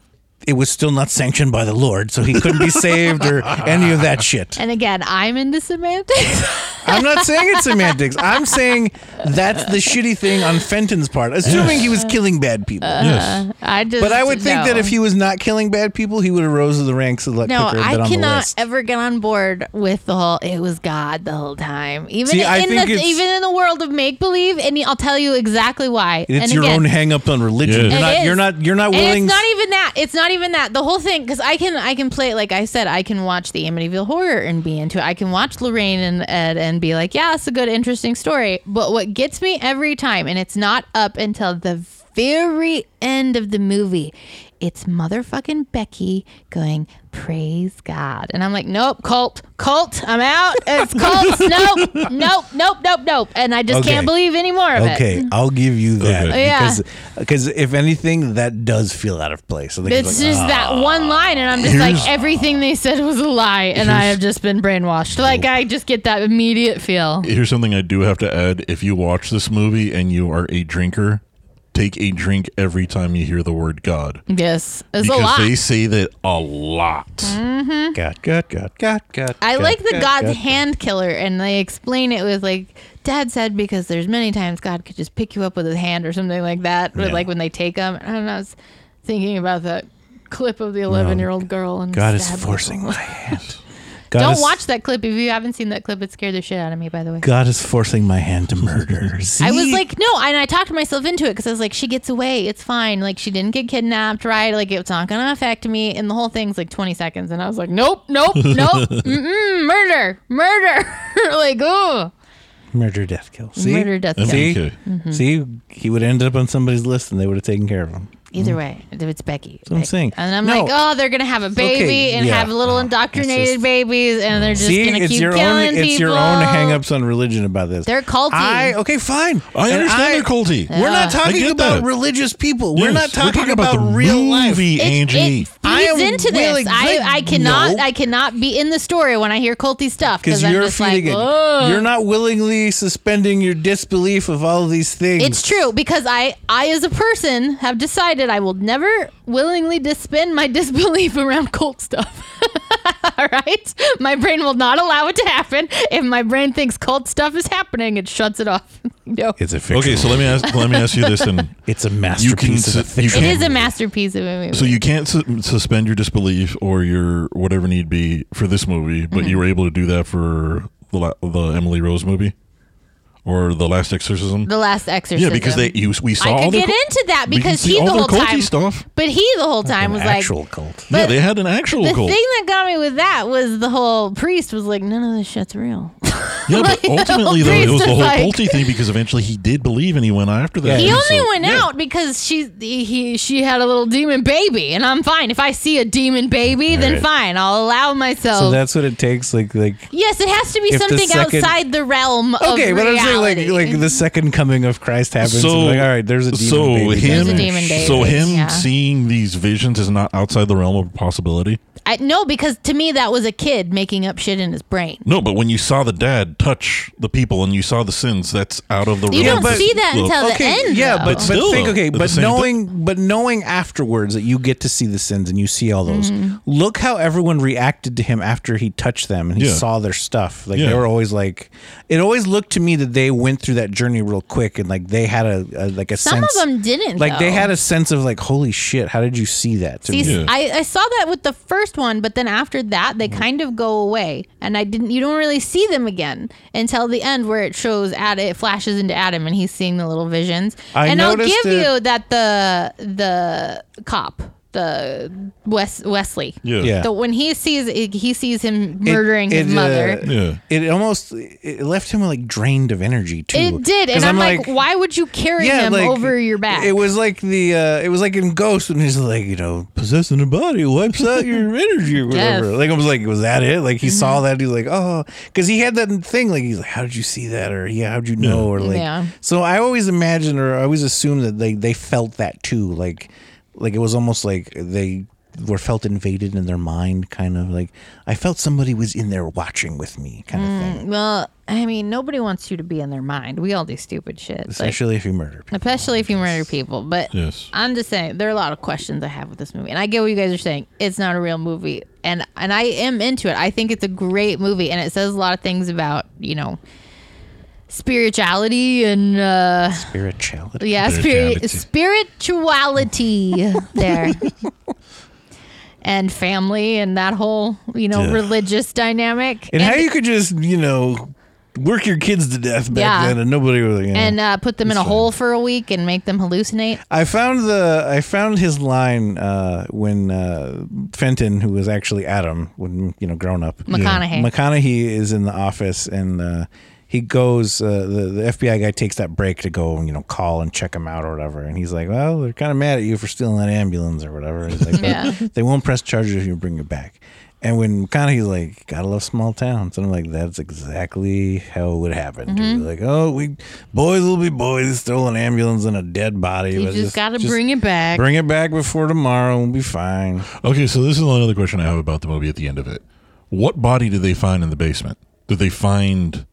A: It was still not sanctioned by the Lord, so he couldn't
C: <laughs>
A: be saved or any of that shit.
C: And again, I'm into semantics. <laughs>
A: I'm not saying it's semantics. I'm saying that's the shitty thing on Fenton's part, assuming he was killing bad people.
B: yes.
C: I just.
A: But I would think
C: Uh, no.
A: that if he was not killing bad people, he would have rose to the ranks a lot
C: No,
A: quicker
C: I
A: than on the
C: cannot
A: list.
C: ever get on board with the whole "it was God" the whole time. Even
A: See, I
C: in
A: think
C: the
A: it's-
C: even in the world of make believe, and I'll tell you exactly why.
A: It's
C: and
A: your
C: again,
A: own hang up on religion.
B: Yes.
A: You're,
C: It
A: not,
C: is.
A: you're not. You're not.
C: And
A: willing.
C: it's not even that. It's not even that. The whole thing, because I can, I can play. Like I said, I can watch the Amityville Horror and be into it. I can watch Lorraine and Ed and be like, yeah, it's a good, interesting story. But what gets me every time, and it's not up until the very end of the movie, it's motherfucking Becky going, praise God, and I'm like, nope, cult, cult, I'm out.
A: <laughs>
C: It's cult. nope, nope, nope, nope, nope, and I just
A: Okay.
C: can't believe any more of it.
A: okay, I'll give you that
B: Okay.
C: Yeah.
A: because because if anything, that does feel out of place. I think it's
C: It's
A: like,
C: just
A: ah.
C: that one line, and I'm just like, everything they said was a lie, and I have just been brainwashed. Like, I just get that immediate feel.
B: Here's something I do have to add. If you watch this movie and you are a drinker, take a drink every time you hear the word God.
C: Yes, it's a
B: because
C: lot.
B: they say that a lot.
A: Mm-hmm. oh, God, God, God, God, God.
C: I
A: God,
C: like the
A: God,
C: God's
A: God.
C: hand killer, and they explain it with like Dad said because there's many times God could just pick you up with his hand or something like that. But
A: Yeah.
C: like when they take him, I don't know. I was thinking about that clip of the 11 year old girl and
A: God is
C: stabbed
A: forcing
C: people.
A: my
C: <laughs>
A: hand. God
C: Don't
A: is,
C: watch that clip if you haven't seen that clip. It scared the shit out of me. By the way.
A: God is forcing my hand to murder.
C: I was
A: See?
C: like, no, and I talked myself into it because I was like, she gets away, it's fine. Like she didn't get kidnapped, right? Like it's not gonna affect me. And the whole thing's like 20 seconds, and I was like, nope,
A: <laughs>
C: nope, nope, mm-mm, murder, murder, <laughs> like oh,
A: murder, death, kill. See,
C: murder, death, kill. Mm-hmm.
A: See, see,
B: Okay.
A: he would end up on somebody's list, and they would have taken care of him.
C: Either way, if it's Becky.
A: Mm. what I'm saying.
C: And I'm
A: No.
C: like, oh, they're gonna have a baby
A: Okay,
C: and
A: yeah.
C: have little
A: No,
C: indoctrinated
A: it's just-
C: babies, and they're just
A: See,
C: gonna
A: it's
C: keep
A: your own.
C: killing people.
A: It's your own hangups on religion about this.
C: They're culty.
A: I okay, fine.
B: I
A: And
B: understand they're culty.
A: We're not
B: I
A: talking
B: get
A: about
B: that.
A: religious people. We're
B: Yes,
A: not talking, about,
B: about, the
A: real life.
B: movie,
C: It-
B: Angie.
C: It feeds
A: I am
C: into this.
A: willing-
C: I, I cannot
A: No.
C: I cannot be in the story when I hear culty stuff
A: Because
C: I'm
A: you're
C: just like,
A: feeding it.
C: oh.
A: You're not willingly suspending your disbelief of all of these things.
C: It's true because I, I as a person have decided I will never willingly suspend my <laughs> disbelief around cult stuff. <laughs> All right, my brain will not allow it to happen. If my brain thinks cult stuff is happening, it shuts it off. <laughs> no,
A: It's a fiction.
B: Okay, so let me ask. Let me ask you this,
A: <laughs>
B: then.
A: it's a masterpiece
B: s-
A: of a
B: you
A: fiction.
C: it
B: can-
C: is a masterpiece of a movie.
B: So you can't su- suspend your disbelief or your whatever need be for this movie,
C: Mm-hmm.
B: but you were able to do that for the la- the Emily Rose movie or the Last Exorcism.
C: the Last Exorcism.
B: yeah, because they you, we saw
C: I
B: all
C: could
B: their
C: get
B: cul-
C: into that
B: we can
C: because
B: see
C: he
B: all
C: the
B: their
C: whole
B: culty
C: time.
B: stuff.
C: But he the whole time was like,
A: actual cult.
B: yeah,
C: but-
B: they had an actual
C: the
B: cult.
C: thing that got me with that was the whole priest was like, none of this shit's real.
B: yeah,
C: <laughs>
B: but
C: like,
B: ultimately
C: the
B: though, it was the
C: priest
B: whole
C: is like-
B: culty thing because eventually he did believe and he went after that.
A: He
C: He
B: And
C: only
B: so-
C: went
B: yeah.
C: out because she he, he she had a little demon baby, and I'm fine. If I see a demon baby, then
A: right.
C: fine, I'll allow myself.
A: So that's what it takes. Like like.
C: yes, it has to be
A: If the
C: something
A: second-
C: outside the realm.
A: Okay,
C: of
A: but I'm
C: reality.
A: saying like like the second coming of Christ happens. So,
B: So
A: like all right, there's a demon
B: so
A: baby down
B: him
C: There's
A: there.
C: a demon baby,
B: so him
C: yeah.
B: seeing these visions is not outside the realm of possibility.
C: I, no, because to me that was a kid making up shit in his brain.
B: No, but when you saw the dad touch the people and you saw the sins, that's out of the
C: You
B: realm.
C: don't
B: of-
C: see that until the end.
A: Yeah,
C: though.
A: but, but
B: still,
A: think
B: though,
A: okay,
B: it's the
A: but
B: same
A: knowing but knowing afterwards that you get to see the sins and you see all those.
C: Mm-hmm.
A: Look how everyone reacted to him after he touched them and he
B: Yeah.
A: saw their stuff. Like they
B: Yeah.
A: were always like it always looked to me that they went through that journey real quick and like they had a, a like a
C: Some
A: sense
C: of them didn't.
A: like they
C: though.
A: had a sense of like holy shit, how did you see that? To
C: See,
A: me?
B: Yeah.
C: I, I saw that with the first one, but then after that, they
A: Mm-hmm.
C: kind of go away, and I didn't. You don't really see them again until the end, where it shows Adam. It flashes into Adam, and he's seeing the little visions.
A: I
C: and I'll
A: noticed
C: give
A: it-
C: you that the the cop, the Wes Wesley,
B: Yeah.
A: Yeah.
C: the, when he sees he sees him
A: It-
C: murdering
A: it, uh,
C: his mother.
B: Yeah.
A: It almost it left him like drained of energy too.
C: it did,
A: 'Cause
C: and I'm, like, why would you carry him over your back?
A: It was like the uh, it was like in Ghost when he's like, you know, possessing a body wipes out
C: <laughs>
A: your energy or whatever.
C: Death.
A: Like I was like, was that it? Like he
C: Mm-hmm.
A: saw that he's like, oh, because he had that thing. Like he's like, how did you see that? Or yeah, how'd you know? Or like,
C: Yeah.
A: so I always imagine or I always assume that they they felt that too. Like, like it was almost like they were felt invaded in their mind, kind of like I felt somebody was in there watching with me, kind
C: Mm.
A: of thing.
C: well, I mean, nobody wants you to be in their mind. We all do stupid shit. Like,
A: Especially if you murder people.
C: especially if you murder people. But
B: Yes.
C: I'm just saying there are a lot of questions I have with this movie, and I get what you guys are saying. It's not a real movie, and and I am into it. I think it's a great movie, and it says a lot of things about you know spirituality and uh
A: Spirituality.
C: yeah spirit spirituality there and family and that whole you know
B: Yeah.
C: religious dynamic
A: and, how you could just you know work your kids to death back
C: Yeah.
A: then and nobody was you know.
C: and uh, put them in a hole for a week and make them hallucinate
A: i found the i found his line uh when uh fenton who was actually adam when you know grown up
C: McConaughey.
A: mcconaughey is in the office and uh he goes uh, the, the fbi guy takes that break to go and you know call and check him out or whatever and he's like well they're kind of mad at you for stealing that ambulance or whatever He's
C: <laughs>
A: like,
C: Yeah.
A: they won't press charges if you bring it back and when McConaughey's like, gotta love small towns, and I'm like, that's exactly how it would happen. dude.
C: Mm-hmm.
A: Like, oh, we boys will be boys. Stole an ambulance and a dead body.
C: you
A: but
C: just, gotta bring it back
A: Bring it back before tomorrow. We'll be fine.
B: Okay, so this is another question I have about the movie at the end of it. What body did they find in the basement? Did they find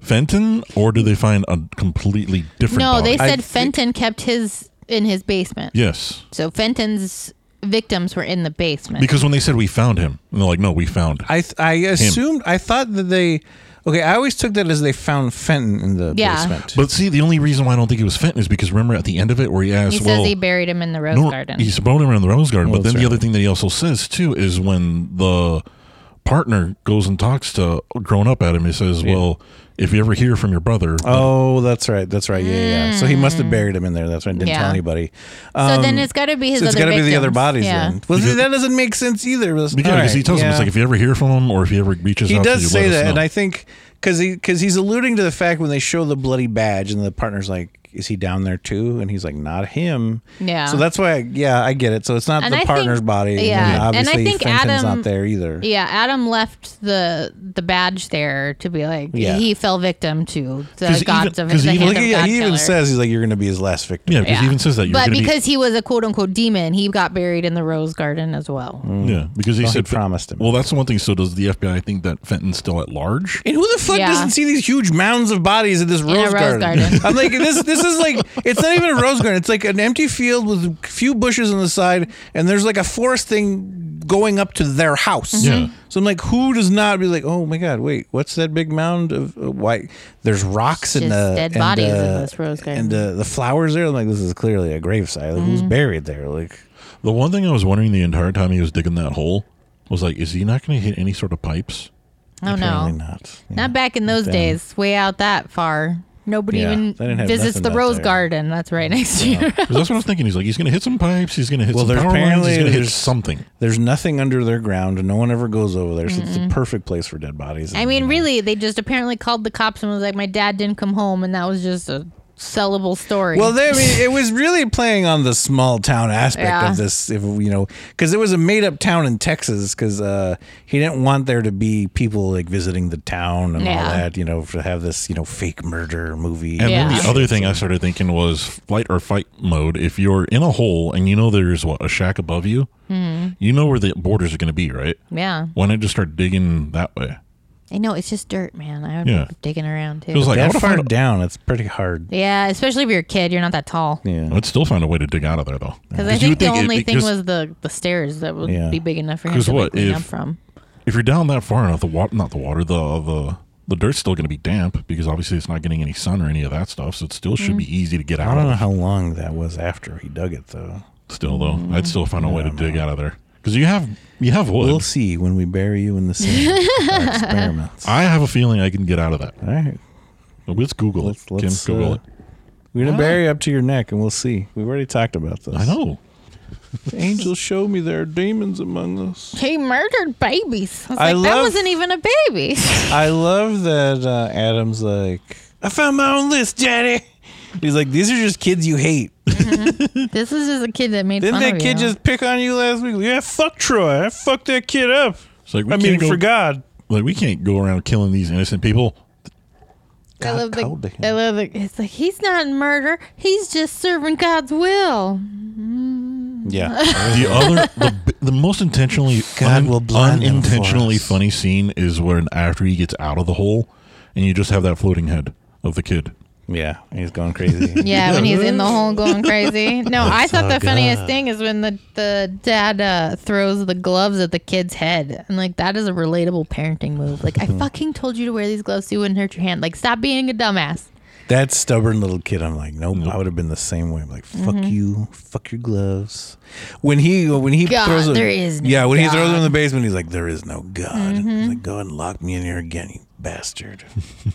B: Fenton or did they find a completely different
C: No,
B: body?
C: they
A: I
C: said
A: think-
C: Fenton kept his in his basement.
B: Yes.
C: So Fenton's victims were in the basement.
B: Because when they said we found him, and they're like, no, we found.
A: I th- I assumed I thought that they okay. I always took that as they found Fenton in the
C: Yeah.
A: basement.
B: But see, the only reason why I don't think it was Fenton is because remember at the end of it where he asked,
C: he says
B: well,
C: he buried him in the rose
B: no,
C: garden.
B: he's thrown around the rose garden.
A: Well,
B: but then
A: that's
B: the
A: right.
B: other thing that he also says too is when the partner goes and talks to grown up at him, he says, well, if you ever hear from your brother,
A: oh, that's right. That's right. Yeah, yeah. yeah. So he must have buried him in there. That's right. Didn't tell
C: Mm. Yeah.
A: anybody.
C: so
A: Um,
C: then it's got to be his.
A: so it's
C: other
A: got to be the other
C: victims.
A: bodies
C: Yeah.
A: then. Well, see, that doesn't make sense either. That's-
B: because
A: all
B: he
A: right,
B: tells him it's
A: yeah.
B: like if you ever hear from him or if he ever reaches
A: he
B: out to
A: does
B: you,
A: say
B: let us
A: that,
B: know.
A: and I think because he because he's alluding to the fact when they show the bloody badge, and the partner's like, "Is he down there too?" And he's like, "Not him."
C: Yeah.
A: So that's why, I, yeah, I get it. So it's not
C: And
A: the
C: I think-
A: partner's body. and
C: yeah.
A: then
C: And I
A: obviously
C: think
A: Fenton's
C: Adam-
A: not there either.
C: Yeah, Adam left the the badge there to be like
A: Yeah.
C: he fell victim to
B: 'Cause
C: the
B: even-
C: gods of
B: 'cause
C: the
B: even-
C: hand
A: Look,
C: of
A: he,
C: God
A: he even
C: killer.
A: says he's like, "You're going to be his last victim."
B: yeah, because he even says that. You're
C: but
B: gonna be-
C: because he was a quote unquote demon, he got buried in the rose garden as well.
A: Mm,
B: Yeah, because he
A: Well, he
B: said
A: promised him.
B: Well, that's the one thing. So does the FBI think that Fenton's still at large?
A: And who the fuck
C: Yeah.
A: doesn't see these huge mounds of bodies in this
C: a
A: rose,
C: rose
A: garden?
C: garden.
A: I'm like, this this is like it's not even a rose garden. It's like an empty field with a few bushes on the side, and there's like a forest thing going up to their house.
C: Mm-hmm.
B: Yeah.
A: So I'm like, who does not be like, oh my god, wait, what's that big mound of uh, why? There's rocks and
C: just
A: the
C: dead
A: and,
C: bodies in
A: uh,
C: this rose garden. Mm.
A: and uh, the flowers there. I'm like, this is clearly a gravesite. Like, Who's buried there? Like,
B: The one thing I was wondering the entire time he was digging that hole was like, is he not going to hit any sort of pipes?
C: Oh no,
A: apparently
C: not.
A: not.
C: back in those days. Way out that far, nobody
A: Yeah,
C: even
A: they didn't have
C: visits
A: nothing
C: the
A: out
C: rose
A: there.
C: garden. That's right next to you.
B: 'Cause that's what I was thinking. He's like, he's going to hit some pipes. He's going to hit
A: Well,
B: some
A: there's
B: power lines.
A: apparently
B: He's going to hit
A: there's-
B: something.
A: There's nothing under their ground, and no one ever goes over there. So it's the perfect place for dead bodies.
C: Mm-hmm. I mean, really, they just apparently called the cops and was like, "My dad didn't come home," and that was just a sellable story.
A: Well, they, I mean,
C: <laughs>
A: it was really playing on the small town aspect
C: Yeah.
A: of this, if you know, because it was a made up town in Texas. Because uh, he didn't want there to be people like visiting the town and all
C: Yeah.
A: that, you know, to have this, you know, fake murder movie.
B: And
C: Yeah.
B: then the other thing I started thinking was flight or fight mode. If you're in a hole and you know there's what a shack above you,
C: Mm-hmm.
B: you know where the borders are going to be, right?
C: yeah,
B: Why not just start digging that way?
C: I know it's just dirt, man. I would
B: Yeah.
C: be digging around too.
B: It was like I
A: that
B: would've
A: far
B: found a-
A: down, it's pretty hard.
C: yeah, especially if you're a kid, you're not that tall.
A: Yeah.
B: I'd still find a way to dig out of there though.
C: Because I
B: you
C: think
B: would
C: the
B: it-
C: only thing
B: because
C: was the the stairs that would
A: Yeah.
C: be big enough for him
B: 'Cause
C: to
B: what
C: like, lean
B: if-
C: up from.
B: if you're down that far enough, the water, not the water, the the the dirt's still going to be damp because obviously it's not getting any sun or any of that stuff. So it still should
C: Mm.
B: be easy to get
A: I
B: out.
A: don't know
B: of.
A: how long that was after he dug it, though.
B: Still though,
C: Mm.
B: I'd still find a way to dig out of there because you have you have wood.
A: We'll see when we bury you in the sand.
C: <laughs>
A: our experiments.
B: I have a feeling I can get out of that.
A: All right.
B: Let's Google
A: Let's-
B: it.
A: let's,
B: Kim, Google
A: uh,
B: it.
A: We're gonna
B: Ah.
A: bury you up to your neck, and we'll see. We've already talked about this.
B: I know.
A: Angels show me there are demons among us.
C: He murdered babies. I was
A: I
C: like, that
A: love-
C: wasn't even a baby.
A: I love that uh, Adam's like, I found my own list, Daddy. He's like, these are just kids you hate.
C: this is just a kid that made
A: <laughs> Didn't
C: fun
A: that
C: of
A: kid
C: you.
A: just pick on you last week? Yeah, fuck Troy. I fucked that kid up.
B: It's like we
A: I
B: can't
A: mean,
B: go,
A: for God.
B: like we can't go around killing these innocent people.
C: I love
A: God called to
C: the,
A: him.
C: I love the, It's like he's not in murder. He's just serving God's will. <laughs>
A: Yeah.
B: The other, the, b- the most intentionally,
A: God will blind them for
B: unintentionally
A: us.
B: funny scene is when after he gets out of the hole, and you just have that floating head of the kid.
A: yeah, he's going <laughs> crazy.
C: Yeah, when he's in the hole going crazy. No, I thought
A: our
C: the funniest
A: God.
C: thing is when the the dad uh, throws the gloves at the kid's head, and like that is a relatable parenting
A: <laughs>
C: move. Like I fucking told you to wear these gloves so you wouldn't hurt your hand. Like stop being a dumbass.
A: That stubborn little kid, I'm like, nope, I would have been the same way. I'm like, fuck
C: Mm-hmm.
A: you, fuck your gloves. When he when he
C: God,
A: throws him,
C: there is no
A: yeah, when he throws
C: God. Mm-hmm.
A: him in the basement, he's like, there is no God. He's like, go and lock me in here again, you
B: <laughs>
A: bastard.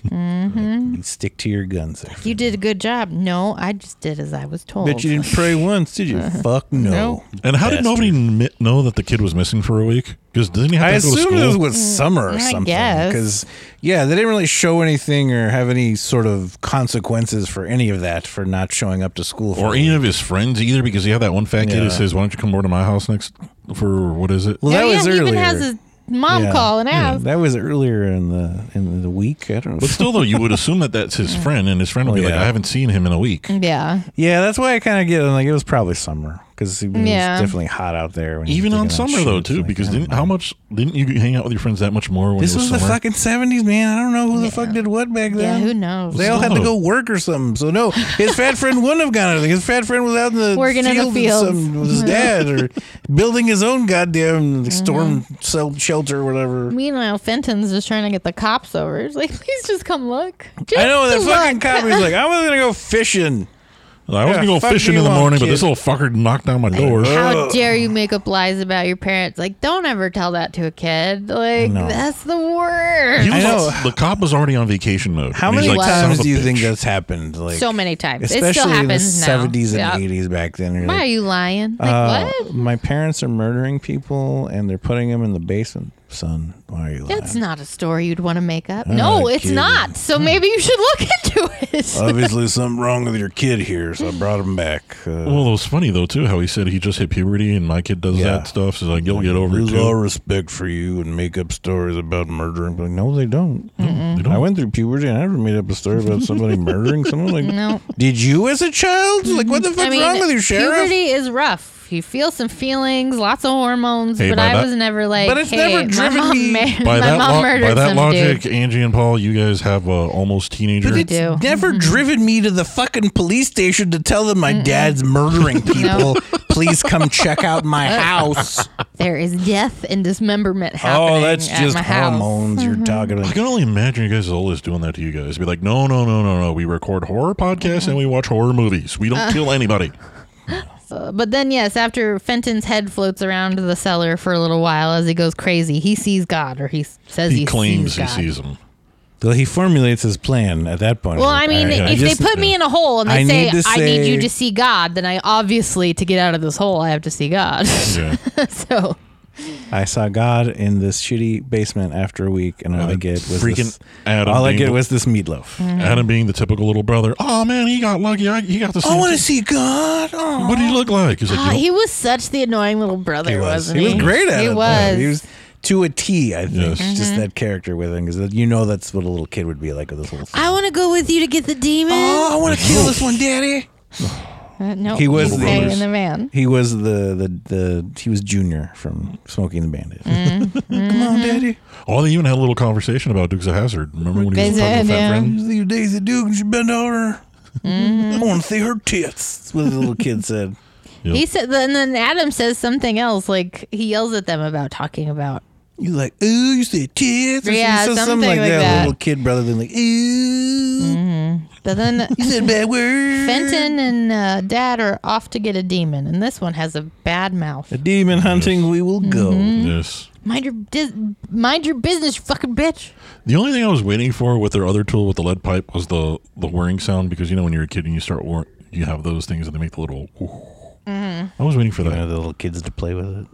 A: you stick to your guns. There.
C: Mm-hmm. You did a good job. No, I just did as I was told.
A: Bet you
C: <laughs>
A: didn't pray once, did you?
C: Uh-huh.
A: Fuck no.
C: No.
B: And how did nobody mi- know that the kid was missing for a week? Because didn't he have
A: I
B: to go to
A: assume
B: school?
A: this was summer or
C: Mm, I
A: something.
C: guess.
A: Because, yeah, they didn't really show anything or have any sort of consequences for any of that for not showing up to school. For
B: or any of his friends either, because he had that one fat kid
A: Yeah.
B: that says, "Why don't you come over to my house next for what is it?"
A: well, that
C: Oh,
A: was
C: yeah,
A: earlier.
C: he even has his mom
A: Yeah.
C: calling
A: Yeah,
C: out.
A: that was earlier in the in the week. I don't know.
B: But still, though, you would assume that
A: <laughs>
B: that's his friend, and his friend would
A: Oh,
B: be like,
A: yeah.
B: "I haven't seen him in a week."
C: Yeah.
A: yeah, that's why I kind of get. I'm like, it was probably summer because it was
C: Yeah.
A: definitely hot out there. When he was
B: Even on
A: taking
B: summer though
A: shoots,
B: too,
A: like,
B: because
A: I don't
B: didn't
A: know.
B: how much didn't you hang out with your friends that much more when
A: This
B: it was,
A: was, the
B: summer?
A: fucking seventies, man. I don't know who the fuck
C: Yeah.
A: did what back
C: Yeah,
A: then.
C: who knows?
A: They all had to go work or something. So no, his fat friend wouldn't have gone. out. His fat friend was out in the
C: Working in the
A: field
C: fields.
A: with, some- with his dad or building his own goddamn storm
C: Mm-hmm.
A: cell shelter or whatever.
C: Meanwhile, Fenton's just trying to get the cops over. He's like, please just come look. Just
A: I know that
C: to
A: fucking
C: look."
A: cop. He's like, I was gonna go fishing.
B: I
A: Yeah,
B: was gonna go
A: fuck
B: fishing
A: you
B: in the
A: up,
B: morning, but
A: kid.
B: this little fucker knocked down my door.
C: How dare you make up lies about your parents? Like, don't ever tell that to a kid. Like,
A: No.
C: that's the worst.
B: He was
A: I know.
B: on- the cop was already on vacation mode.
A: How
B: And he's
A: many
B: like, "Son
A: times
B: of a
A: do you
B: bitch."
A: think that's happened? Like
C: so many times. It still
A: especially in the
C: happens now.
A: seventies and
C: Yeah.
A: eighties back then. You're
C: Why
A: like,
C: are you lying? Like,
A: uh,
C: what?
A: My parents are murdering people and they're putting them in the basement. Son, why are you?
C: That's
A: lying?
C: not a story you'd want to make up. no,
A: not
C: it's
A: kidding. Hmm. Uh,
C: not. So maybe you should look <laughs> into it. <laughs>
A: Obviously, something wrong with your kid here, so I brought him back. Uh,
B: Well, it was funny though too how he said he just hit puberty and my kid does
A: Yeah.
B: that stuff. So he's like you'll get over it
A: lose
B: too.
A: all respect for you and make up stories about murdering. But no, they don't.
B: They don't-
A: I went through puberty and I never made up a story about
C: <laughs>
A: somebody murdering someone. Like,
C: No.
A: did you as a child? Like, what the fuck's wrong with you, sheriff?
C: puberty is rough. You feel some feelings, lots of hormones,
B: Hey,
C: but
B: by
C: I
B: that-
C: was never like,
A: But it's
C: hey,
A: never
C: my
A: driven
C: mom
A: me-
C: ma-
B: <laughs> by
C: my
B: that,
C: mom
B: lo-
C: murdered
B: by that
C: some
B: logic,
C: dude.
B: Angie and Paul, you guys have uh, almost teenager.
A: But
C: We
A: it's
C: do. Mm-hmm.
A: never driven me to the fucking police station to tell them my dad's
C: <laughs>
A: murdering people. Please come check out my house.
C: There is death and dismemberment Oh, happening at my house.
A: Oh,
C: Mm-hmm.
A: hormones you're talking
B: I
A: about.
B: can only imagine you guys as old as doing that to you guys. Be like, no, no, no, no, no. We record horror podcasts and we watch horror movies. We don't kill anybody.
C: Uh, But then, yes, after Fenton's head floats around the cellar for a little while as he goes crazy, he sees God, or he s- says <laughs> he,
B: He claims
C: sees God.
B: he sees them.
A: So he formulates his plan at that point.
C: Well,
A: Like,
C: I
A: all
C: mean,
A: right, I
C: if
A: just-
C: they put me in a hole and they
A: I
C: say,
A: need to
C: I need you
A: say-
C: to see God, then I obviously, to get out of this hole, I have to see God.
B: Yeah.
C: <laughs> so,
A: I saw God in this shitty basement after a week, and all I get was
B: freaking
A: this,
B: Adam
A: all I
B: being
A: get
B: the-
A: was this
C: Mm-hmm.
A: meatloaf.
B: Adam being the typical little brother. Oh man, he got lucky. I, he got the.
A: I
B: same
A: want to
B: thing."
A: see God. Oh.
B: What did he look like? He's like,
C: Ah,
B: "You
C: he was such the annoying little brother, not
A: He
C: he?
A: was great at
C: he
A: it. though.
C: Was. Mm-hmm.
A: He was to a T, I think.
B: Yes. Mhm.
A: Just that character with him, because you know that's what a little kid would be like with this whole thing.
C: I want to go with you to get the demon.
A: Oh, I want to kill this one, Daddy.
C: Uh, no,
A: Ah! He was
C: he's
A: the-
C: staying in the van.
A: He was the the the he was Junior from Smoking the Bandit.
C: Mm-hmm.
A: Come on, Daddy.
B: don't-" oh, they even had a little conversation about Dukes of Hazard. Remember when he was
C: They
B: talking
C: did,
B: to Fat
C: yeah.
B: Friend?
A: See you, Daisy Duke, and she bent over.
C: Mm-hmm.
A: I want to see her tits. That's what the little kid said.
C: He said, and then Adam says something else. Like he yells at them about talking about.
A: He's like, ooh, you said tits. Or
C: Yeah,
A: said
C: something like that.
A: Little kid brother, then like, ooh, <laughs>
C: But then
A: you said bad words.
C: Mm-hmm. Fenton
A: Mm.
C: and uh, Dad are off to get a demon, and this one has a bad mouth.
A: A demon hunting, we will go.
C: Mm-hmm.
B: Yes.
C: Mind your dis- mind your business, you fucking bitch.
B: The only thing I was waiting for with their other tool with the lead pipe was the the whirring sound because you know when you're a kid and you start whir- you have those things and they make the little. I was waiting for
A: You know,
B: that.
A: the little kids to play with it.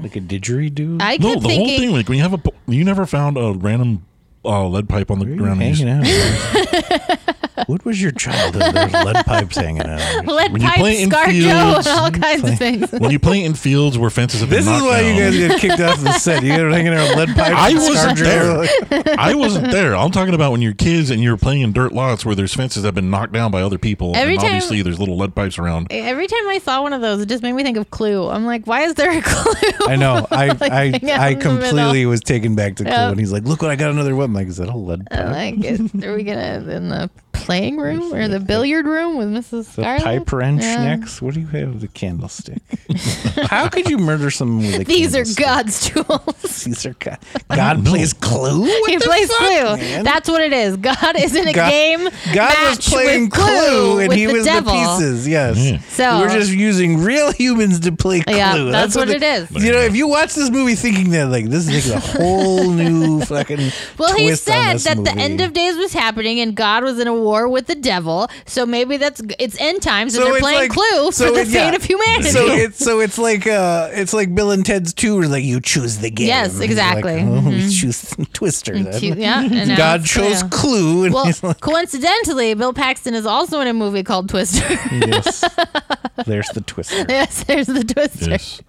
A: Like a didgeridoo.
C: I
B: No,
C: kept
B: the
C: thinking.
B: whole thing like when you have a po- you never found a random uh, lead pipe on the
A: Where are you
B: ground. and you
A: hanging out? what was your childhood? There's lead pipes hanging out.
C: Lead
B: When you
C: pipe,
B: play in
C: Scar Joe, and
B: fields-
C: all kinds of things. <laughs>
B: s- when you play in fields where fences have been
A: This is
B: knocked
A: why you
B: down-
A: guys get kicked off the set. You guys are hanging out with lead pipes.
B: I
A: and
B: wasn't
A: scarves.
B: there. <laughs> I wasn't there. I'm talking about when you're kids and you're playing in dirt lots where there's fences that have been knocked down by other people.
C: Every
B: and
C: time-
B: obviously there's little lead pipes around.
C: Every time I saw one of those, it just made me think of Clue. I'm like, why is there a <laughs> Clue?
A: I
C: <laughs>
A: know. I
C: hang out
A: I, I
C: in the middle.
A: completely was taken back to Clue,
C: Yeah.
A: and he's like, "Look what I got! Another one." I'm like, is that a lead pipe?
C: I'm like, is, are we gonna in the
A: <laughs>
C: playing room or the billiard room with Mrs.
A: The
C: Scarlet?
A: pipe wrench
C: Yeah. <laughs>
A: next. What do you have? The candlestick. How could you murder someone with a
C: These are
A: candlestick?
C: God's <laughs> tools.
A: These are God. God plays Clue. What
C: he
A: the
C: plays
A: fuck,
C: Clue.
A: man?
C: That's what it is. God is in a
A: God-
C: game.
A: God was
C: match
A: playing
C: with Clue,
A: Clue, and
C: with
A: he
C: the
A: was
C: devil.
A: the pieces. Yes.
B: Yeah.
C: So-
A: we're just using real humans to play Clue.
C: Yeah, that's what it is.
A: You know, if you watch this movie thinking that like this is like a
C: <laughs>
A: whole new fucking
C: Well, he
A: twist on
C: said
A: this
C: that the
A: movie.
C: end of days was happening, and God was in a war with the devil. So maybe that's it's end times, and they're
A: it's like-
C: playing Clue
A: so
C: for the
A: it-
C: fate
A: yeah.
C: of humanity.
A: So
C: <laughs>
A: it's so it's like uh it's like Bill and Ted's two where like you choose the game. And
C: Yes,
A: he's
C: exactly.
A: Like, oh, we choose <laughs> Twister then.
C: Two- yeah, and
A: <laughs>
C: now
A: God
C: it's
A: chose
C: Clue.
A: Clue and
C: Well,
A: he's <laughs> like,
C: coincidentally, Bill Paxton is also in a movie called Twister. <laughs>
A: yes, there's the Twister.
C: yes, there's the Twister.
B: Yes.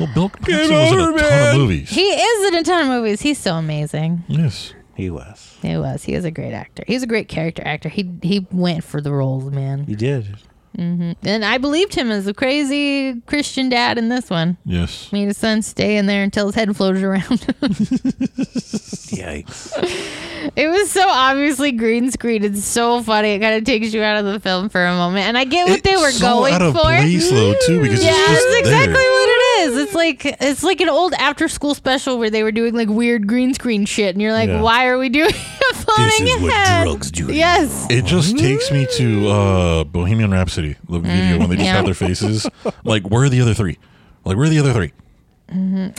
B: Well, Bill Paxton was in a
A: over,
B: ton
A: man.
B: of movies.
C: He is in a ton of movies. He's so amazing.
B: yes.
A: He was.
C: He was. He is a great actor. He's a great character actor. He he went for the roles, man.
A: He did.
C: And I believed him as the crazy Christian dad in this one.
B: Yes.
C: Made his son stay in there until his head floated around. <laughs>
E: Yikes.
C: it was so obviously green screen. It's so funny. It kind of takes you out of the film for a moment. And I get what they
B: It's
C: were
B: so
C: going
B: out of
C: for.
B: place, though, too, because
C: yeah,
B: it's just
C: that's
B: there.
C: exactly what it is. It's like it's like an old after school special where they were doing like weird green screen shit, and you're like,
E: Yeah.
C: why are we doing <laughs> a floating
E: is what
C: head?
E: drugs do to
C: Yes.
B: It just takes me to uh, Bohemian Rhapsody, the video when they just
C: Mm, yeah.
B: have their faces. Like, where are the other three? Like, where are the other three?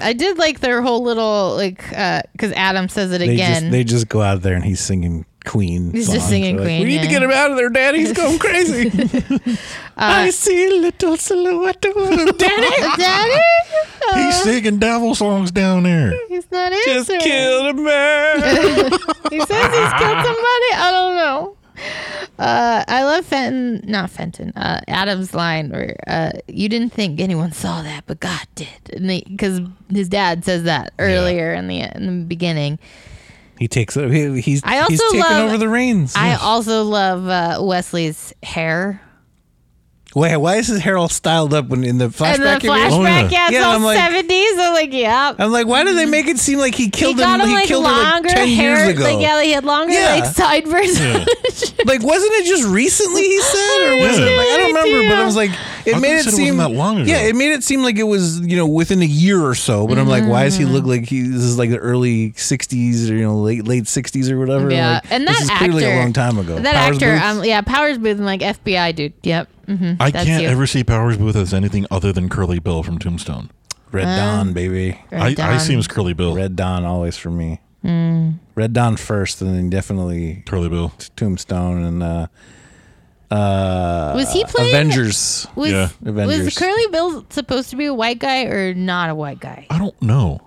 C: I did like their whole little like because Adam says it
E: They
C: again.
E: just they just go out there and he's singing Queen.
C: He's just
E: songs.
C: singing
E: They're like,
C: Queen,
E: We need to
C: yeah.
E: get him out of there, Daddy. He's going crazy.
C: <laughs>
E: I see a little silhouette of a Daddy.
C: Uh, <laughs>
E: <laughs>
C: Daddy,
B: He's
C: Uh.
B: singing devil songs down there.
C: he's not
E: Just
C: answering.
E: killed
C: <laughs>
E: a man.
C: He says he's killed somebody.
E: <laughs>
C: I don't know. Uh, I love Fenton, not Fenton. Uh, Adam's line where uh, you didn't think anyone saw that, but God did, because his dad says that earlier in the in the beginning.
E: he takes he, he's
C: I also
E: he's taking
C: love-
E: over the reins.
C: I also love uh, Wesley's hair
E: Wait, why is his hair all styled up when in the flashback?
C: and the
E: it was-
B: Oh, yeah.
C: flashback. Yeah, it's
E: Yeah,
C: all
E: I'm like-
C: seventies. I'm like, yeah.
E: I'm like, why do they make it seem like he
C: Mm-hmm. He
E: killed
C: got
E: him?
C: him like
E: killed her
C: longer
E: like ten
C: hair.
E: years ago.
C: Like yeah, he had longer
E: Yeah.
C: like sideburns. <laughs>
B: Yeah.
E: Like, wasn't it just recently he said, or was
B: Yeah.
E: it like I don't remember? But I was like, it
B: I thought you
E: made it
B: said it
E: seem
B: wasn't that long ago.
E: Yeah, it made it seem like it was you know within a year or so. But I'm like, why does he look like he this is like the early '60s or you know late late '60s or whatever?
C: Yeah,
E: Like,
C: and that
E: this is
C: actor
E: clearly a long time ago.
C: That
E: Powers
C: actor,
E: Booth?
C: um, yeah, Powers Booth, I'm like FBI dude. Yep. hmm
B: I
C: That's
B: can't
C: you.
B: ever see Powers Booth as anything other than Curly Bill from Tombstone.
E: Red Dawn, baby.
B: I, I see him as Curly Bill.
E: Red Dawn always for me. Red Dawn first, and then definitely
B: Curly Bill.
E: Tombstone and uh, uh,
C: Was he playing-
E: Avengers?
C: Was,
B: Yeah.
E: Avengers.
C: was Curly Bill supposed to be a white guy or not a white guy?
B: I don't know.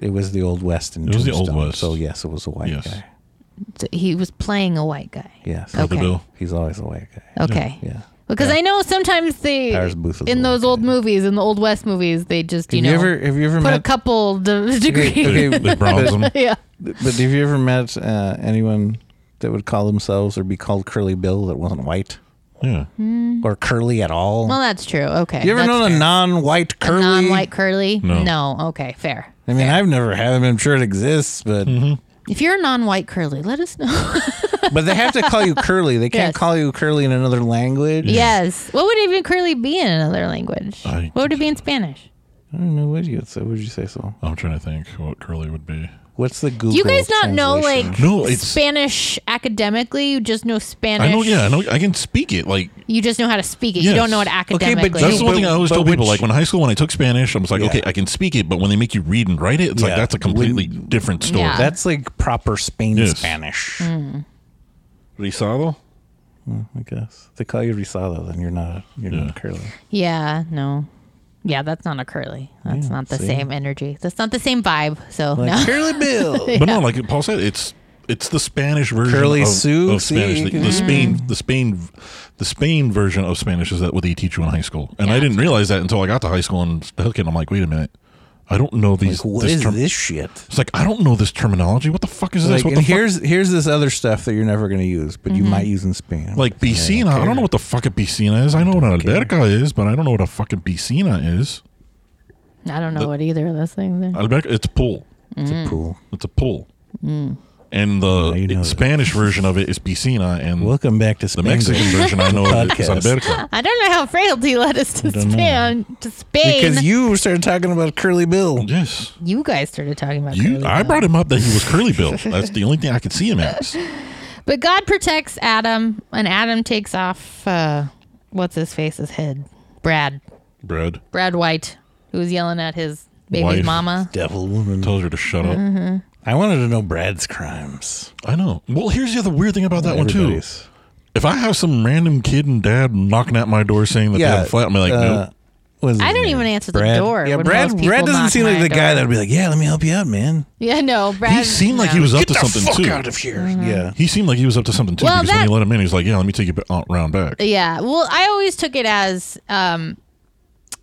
E: It was the Old West in
B: It was the Old
E: Tombstone.
B: West.
E: So yes, it was a white
B: Yes.
E: guy.
C: So he was playing a white guy.
E: Yes,
B: Curly
C: Okay.
B: Bill.
E: he's always a white guy.
C: Okay.
E: Yeah.
C: Because I know sometimes they
E: Powers Booth is a
C: in those
E: white
C: old movies, in the old west movies, they just you
E: Have
C: know
E: you ever have you ever
C: put a
E: met?
C: couple de- degrees.
B: They,
E: Okay,
B: they bronze him.
C: <laughs> yeah.
E: But have you ever met uh, anyone that would call themselves or be called Curly Bill that wasn't white
B: Yeah.
E: or curly at all?
C: Hmm. Well, that's true. Okay.
E: you ever
C: that's
E: known
C: fair.
E: a non-white curly?
C: non-white curly?
B: No.
C: Okay. Fair.
E: I mean, I've never had them. I'm sure it exists, but
C: If you're a non-white curly, let us know. <laughs>
E: but they have to call you curly. They can't
C: Yes.
E: call you curly in another language.
C: Yes. What would even curly be in another language?
B: I-
C: what would it be in Spanish?
E: I don't know what you say. Would you say so?
B: I'm trying to think what Curly would be.
E: What's the Google?
C: Do you guys not know like
E: translation?
B: No, it's-
C: Spanish academically? You just know Spanish.
B: I know. Yeah, I know. I can speak it. Like
C: You just know how to speak it. You
B: Yes.
C: don't know it
B: Okay,
E: but
C: academically.
B: that's the
E: But-
B: one thing I always
E: but
B: tell people.
E: which-
B: Like when high school, when I took Spanish, I was like,
E: Yeah.
B: okay, I can speak it. But when they make you read and write it, it's
E: Yeah.
B: like that's a completely different story.
C: Yeah.
E: That's like proper Spain
B: Yes.
E: Spanish.
C: Hmm.
B: Risado.
E: I guess they call you Risado, then you're not you're
B: Yeah.
E: not curly.
C: yeah. No. Yeah, that's not a curly. That's
E: Yeah,
C: not the
E: see?
C: same energy. That's not the same vibe. So
E: Like
C: no.
E: Curly Bill.
B: But no, like Paul said, it's it's the Spanish version
E: Curly
B: of,
E: Sue,
B: of Spanish.
E: see?
B: The, the Spain, the Spain, the Spain version of Spanish is that what they teach you in high school, and I didn't realize that until I got to high school and took it. and I'm like, wait a minute, I don't know these.
E: Like, what
B: this
E: is
B: term-
E: this shit?
B: It's like I don't know this terminology. What the fuck is
E: Like,
B: this? What
E: and
B: the fuck?
E: here's here's this other stuff that you're never gonna use, but
C: Mm-hmm.
E: you might use in Spain.
B: Like piscina. I don't know what the fucking piscina is. I know what an alberca is, but I don't know what a fucking piscina is.
C: <laughs> I don't know what either of those things are.
B: Alberca, it's a pool.
C: Mm-hmm.
E: it's a pool.
B: It's a pool. And the
E: Hmm. you know
B: Spanish version of it is piscina, and
E: Welcome back to
B: the
E: Spain.
B: Mexican version I know of it is
E: Podcast.
B: alberca.
C: I don't know how frailty led us <laughs> to
E: don't know.
C: Spain. To Spain.
E: because you started talking about Curly Bill.
B: Yes.
C: You guys started talking about
B: You,
C: curly
B: I
C: bill.
B: brought him up that he was curly bill.
E: <laughs>
B: That's the only thing I could see him as.
C: But God protects Adam, and Adam takes off uh, what's his face's head, Brad,
B: Brad
C: Brad White, who was yelling at his baby's
B: Wife.
C: mama.
E: Devil woman.
B: tells her to shut up.
E: Mm-hmm. I wanted to know Brad's crimes.
B: I know. Well, here's the other weird thing about that
E: Oh,
B: one too.
E: Everybody's.
B: If I have some random kid and dad knocking at my door saying that they
E: Yeah.
B: have a flat, I'm like,
E: uh,
B: nope.
E: what is
C: I
E: his
C: don't
E: name?
C: even answer the
E: Brad-
C: door
E: Yeah,
C: when
E: Brad.
C: most
E: Brad
C: people
E: doesn't
C: knock
E: seem like
C: my
E: the guy
C: door.
E: that'd be like, "Yeah, let me help you out, man."
C: Yeah, no, Brad.
B: He seemed like
C: no.
B: he was up to something too.
E: here.
C: Mm-hmm.
E: Yeah.
B: He seemed like he was up to something too
C: Well,
B: because when
C: that-
B: he let him in, he's like, "Yeah, let me take you ba- uh, round back."
C: Yeah, well, I always took it as um,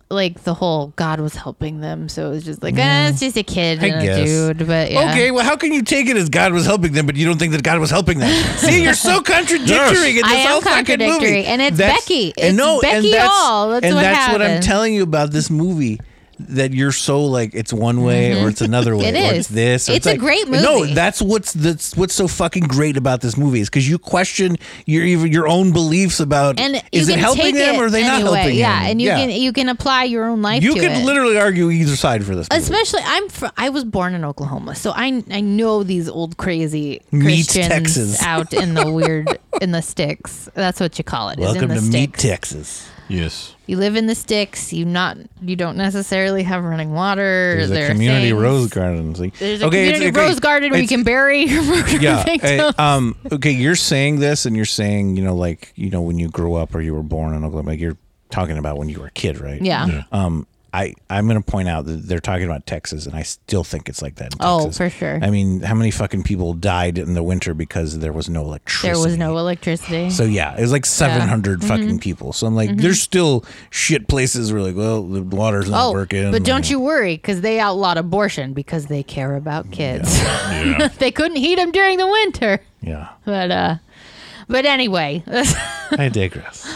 C: like the whole God was helping them, so it was just like ah, it's just a kid
E: Mm. I
C: and a
E: guess.
C: dude. But yeah.
E: Okay, well, how can you take it as God was helping them, but you don't think that God was helping
C: <laughs>
E: them? See, you're so contradictory in this
C: I am
E: whole fucking
C: contradictory,
E: movie.
C: and it's Becky.
E: and
C: It's
E: no, and
C: Becky
E: that's,
C: all. That's
E: and
C: what
E: that's what I'm
C: happened.
E: telling you about this movie. That you're so like it's one way or it's another way
C: Mm-hmm. It
E: or
C: is.
E: it's this. Or
C: It's a
E: like-
C: great
E: No,
C: movie.
E: that's what's that's what's so fucking great about this movie is because you question your even your own beliefs about
C: and
E: is
C: you
E: it
C: can
E: helping
C: take
E: them
C: it
E: or are they not
C: anyway.
E: helping
C: Yeah,
E: him?
C: and you can you can apply your own life.
E: you
C: to
E: could
C: it.
E: literally argue either side for this. Movie.
C: Especially, I'm fr- I was born in Oklahoma, so I I know these old crazy
E: Meat
C: Christians
E: Texas.
C: out in
E: <laughs>
C: the weird in the sticks. That's what you call it. is in
E: Welcome
C: the
E: to
C: sticks.
E: Meat Texas.
B: Yes.
C: you live in the sticks. You not you don't necessarily have running water.
E: There's
C: there
E: a
C: are
E: community
C: things.
E: rose garden. It's like-
C: There's a
E: okay, it's-
C: community
E: okay,
C: rose garden where you
E: it's-
C: can bury <laughs> your murder
E: <laughs> Yeah.
C: victims.
E: eh, um. Okay, you're saying this, and you're saying you know, like you know, when you grew up or you were born in Oklahoma, like you're talking about when you were a kid, right?
C: yeah.
E: Um. I I'm gonna point out that they're talking about Texas, and I still think it's like that. In
C: Oh,
E: Texas.
C: for sure.
E: I mean, how many fucking people died in the winter because there was no electricity?
C: There was no Mm-hmm. electricity.
E: So yeah, it was like 700 fucking people. So I'm like,
C: Mm-hmm.
E: there's still shit places where like, well, the water's not
C: oh,
E: working.
C: but don't you worry because they outlawed abortion because they care about kids.
B: Yeah.
C: <laughs> they couldn't heat them during the winter.
E: Yeah,
C: But uh but anyway, <laughs>
E: I digress.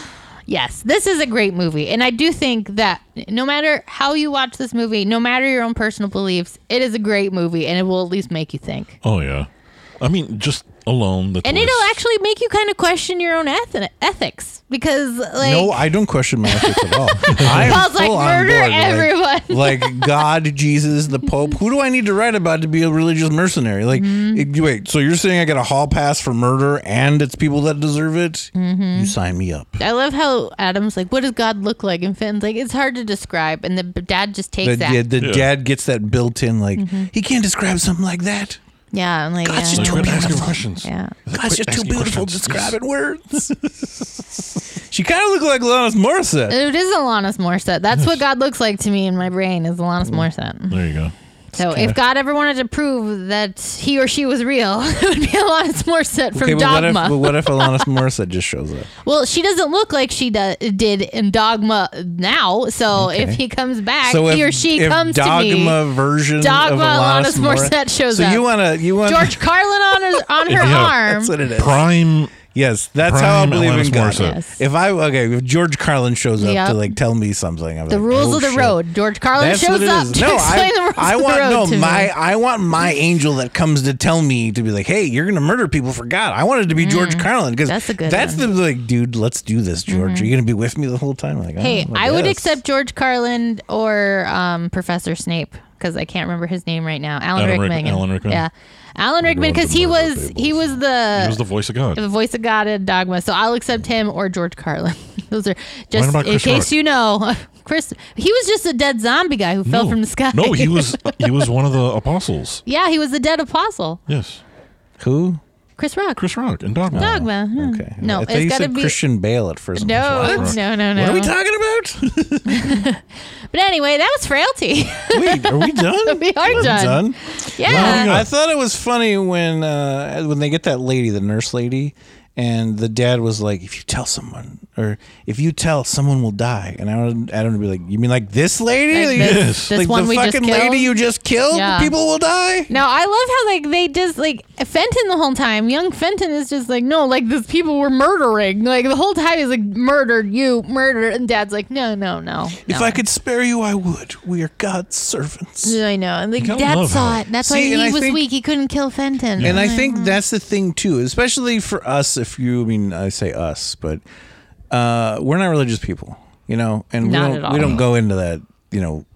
C: yes, this is a great movie and I do think that no matter how you watch this movie, no matter your own personal beliefs, it is a great movie and it will at least make you think.
B: Oh yeah. I mean, just alone. The
C: And
B: twist.
C: it'll actually make you kind of question your own eth- ethics because like
E: no, I don't question my ethics at all. <laughs> I am
C: Paul's like,
E: full on
C: "Murder
E: board," like-
C: everyone.
E: <laughs> Like, God, Jesus, the Pope. Who do I need to write about to be a religious mercenary? Like, it- wait, so you're saying I get a hall pass for murder and it's people that deserve it? You sign me up.
C: I love how Adam's like, "What does God look like?" And Finn's like, "It's hard to describe." And the b- dad just takes
E: The,
C: that.
E: the, the
B: Yeah.
E: dad gets that built in, like, he can't describe something like that.
C: yeah, I'm like,
E: God's
C: yeah,
E: just
B: Like,
E: too
B: quit asking
E: beautiful.
B: questions.
C: yeah.
E: God's just too
B: asking
E: beautiful to
B: questions.
E: describe in words. <laughs> she kind of looked like Alanis Morissette.
C: It is Alanis Morissette. That's what God looks like to me in my brain is Alanis
E: Mm.
C: Morissette.
B: There you go.
C: So if God ever wanted to prove that he or she was real, <laughs> it would be <laughs> Alanis Morissette from
E: but what, if,
C: Dogma.
E: but what <laughs> if Alanis Morissette just shows up?
C: well, she doesn't look like she do- did in Dogma now. So if he comes back, he or she comes
E: dogma <laughs>
C: to me.
E: version
C: Dogma
E: of Alanis,
C: Alanis Morissette shows
E: so
C: up.
E: you want to you want
C: George Carlin on her, on her
B: Yeah.
C: arm.
E: <laughs> That's what it is.
B: Prime.
E: yes, that's how I
B: Prime
E: believe
B: Alanis
E: in God.
B: Morissette.
C: Yes.
E: If I okay, if George Carlin shows up
C: Yep.
E: to like tell me something, I'm
C: the
E: like,
C: rules
E: oh,
C: of the
E: shit.
C: road. George Carlin
E: That's
C: shows
E: what it
C: up
E: is.
C: to <laughs>
E: No,
C: explain the
E: I,
C: rules
E: I
C: of the
E: want
C: road
E: no
C: to
E: my
C: me.
E: I want my angel that comes to tell me to be like, hey, you're gonna murder people for God. I wanted to be George Carlin because
C: Mm. that's a good
E: That's
C: one. Mm-hmm.
E: the like, dude, let's do this, George. Are you gonna be with me the whole time? Like,
C: Hey,
E: oh,
C: I, would
E: guess.
C: accept George Carlin or um, Professor Snape because I can't remember his name right now. Alan
B: Adam Rick-
C: Rickman.
B: Alan Rickman.
C: Yeah, Alan Rickman because he was he was the
B: He was the voice of God.
C: the voice of God in Dogma. So I'll accept him or George Carlin. <laughs> Those are just
B: about
C: in
B: Chris
C: case
B: Rock?
C: you know. <laughs> Chris, he was just a dead zombie guy who fell
B: No.
C: from the sky.
B: No, he was he was one of the apostles.
C: <laughs> yeah, he was the dead apostle.
B: Yes.
E: who?
C: Chris Rock.
B: Chris Rock and Dogma.
C: Dogma. Hmm.
E: Okay.
C: No,
E: I thought
C: it's
E: you
C: got to
E: said
C: be.
E: Christian Bale at
C: <laughs>
E: first.
C: no,
E: What?
B: Rock.
C: no, no, no.
E: What are we
C: <laughs>
E: talking
C: but anyway, that was frailty.
E: about? <laughs> Wait, are we
C: <laughs>
E: done?
C: we are
E: We're
C: done. Yeah.
B: Yeah.
E: I thought it was funny when uh, when they get that lady, the nurse lady, and the dad was like, "If you tell someone, or if you tell, someone will die." And I would, Adam would be like, "You mean like this lady?
C: Like
E: Like,
C: this- this
E: like
C: one
E: the
C: we just
E: fucking
C: killed?"
E: lady you just killed?
C: Yeah.
E: People will die."
C: No, I love how like they just like Fenton the whole time. Young Fenton is just like, no, like these people were murdering. Like the whole time he's like, murdered you, murdered, and Dad's like, no, no, no.
E: If
C: no.
E: I could spare you, I would. We are God's servants.
C: I know, and like
B: You gotta
C: Dad
B: love
C: saw
B: how-
C: it. That's
E: See,
C: why
E: and
C: he
E: I
C: was
E: think-
C: weak. He couldn't kill Fenton.
E: And I
C: Like,
E: think that's the thing too, especially for us. If you, I mean, I say us, but uh, we're not religious people, you know, and
C: Not at
E: we don't
C: all.
E: we don't go into that, you know,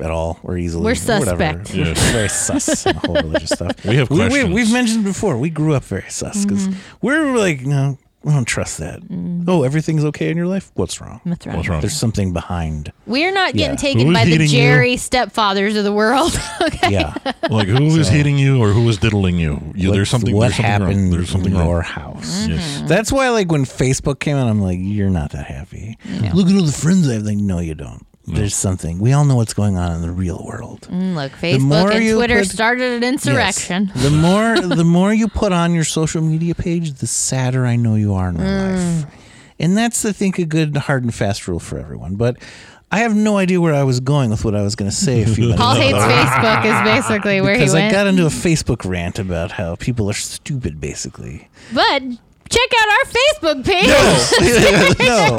E: at all or easily.
C: We're
E: or whatever.
C: suspect.
B: Yes.
E: We're very sus in the whole religious stuff.
B: <laughs> We have
E: We,
B: questions.
E: we've mentioned before. We grew up very sus because
C: Mm-hmm.
E: we're like, no, I don't trust that.
C: Mm.
E: Oh, everything's okay in your life. What's wrong?
C: that's right.
B: What's wrong?
E: There's
C: <laughs>
E: something behind.
C: We're not
E: Yeah.
C: getting
B: Who
C: taken
B: is
C: by the
B: hitting you?
C: Jerry stepfathers of the <laughs> world. okay.
E: Yeah.
B: Like who is hitting you or who is diddling you? you
E: What's-
B: there's something.
E: What
B: there's something
E: happened
B: Wrong. There's something
E: in
B: wrong.
E: your house? <laughs>
B: Yes.
E: That's why, like, when Facebook came out, I'm like, you're not that happy. Look at all the friends I have. Like, no, you don't. There's something. We all know what's going on in the real world.
C: Mm, Look,
E: more
C: Facebook and
E: you
C: Twitter
E: put-
C: started an
E: Yes. <laughs>
C: insurrection.
E: The more the more you put on your social media page, the sadder
C: Mm.
E: I know you are in my life. And that's I think a good hard and fast rule for everyone. But I have no idea where I was going with what I was going to say a few
C: <laughs>
E: minutes
C: Paul
E: ago. <laughs>
C: hates Facebook is basically where he
E: Because I
C: went.
E: got into a Facebook rant about how people are stupid, basically.
C: but check out our Facebook page.
E: no,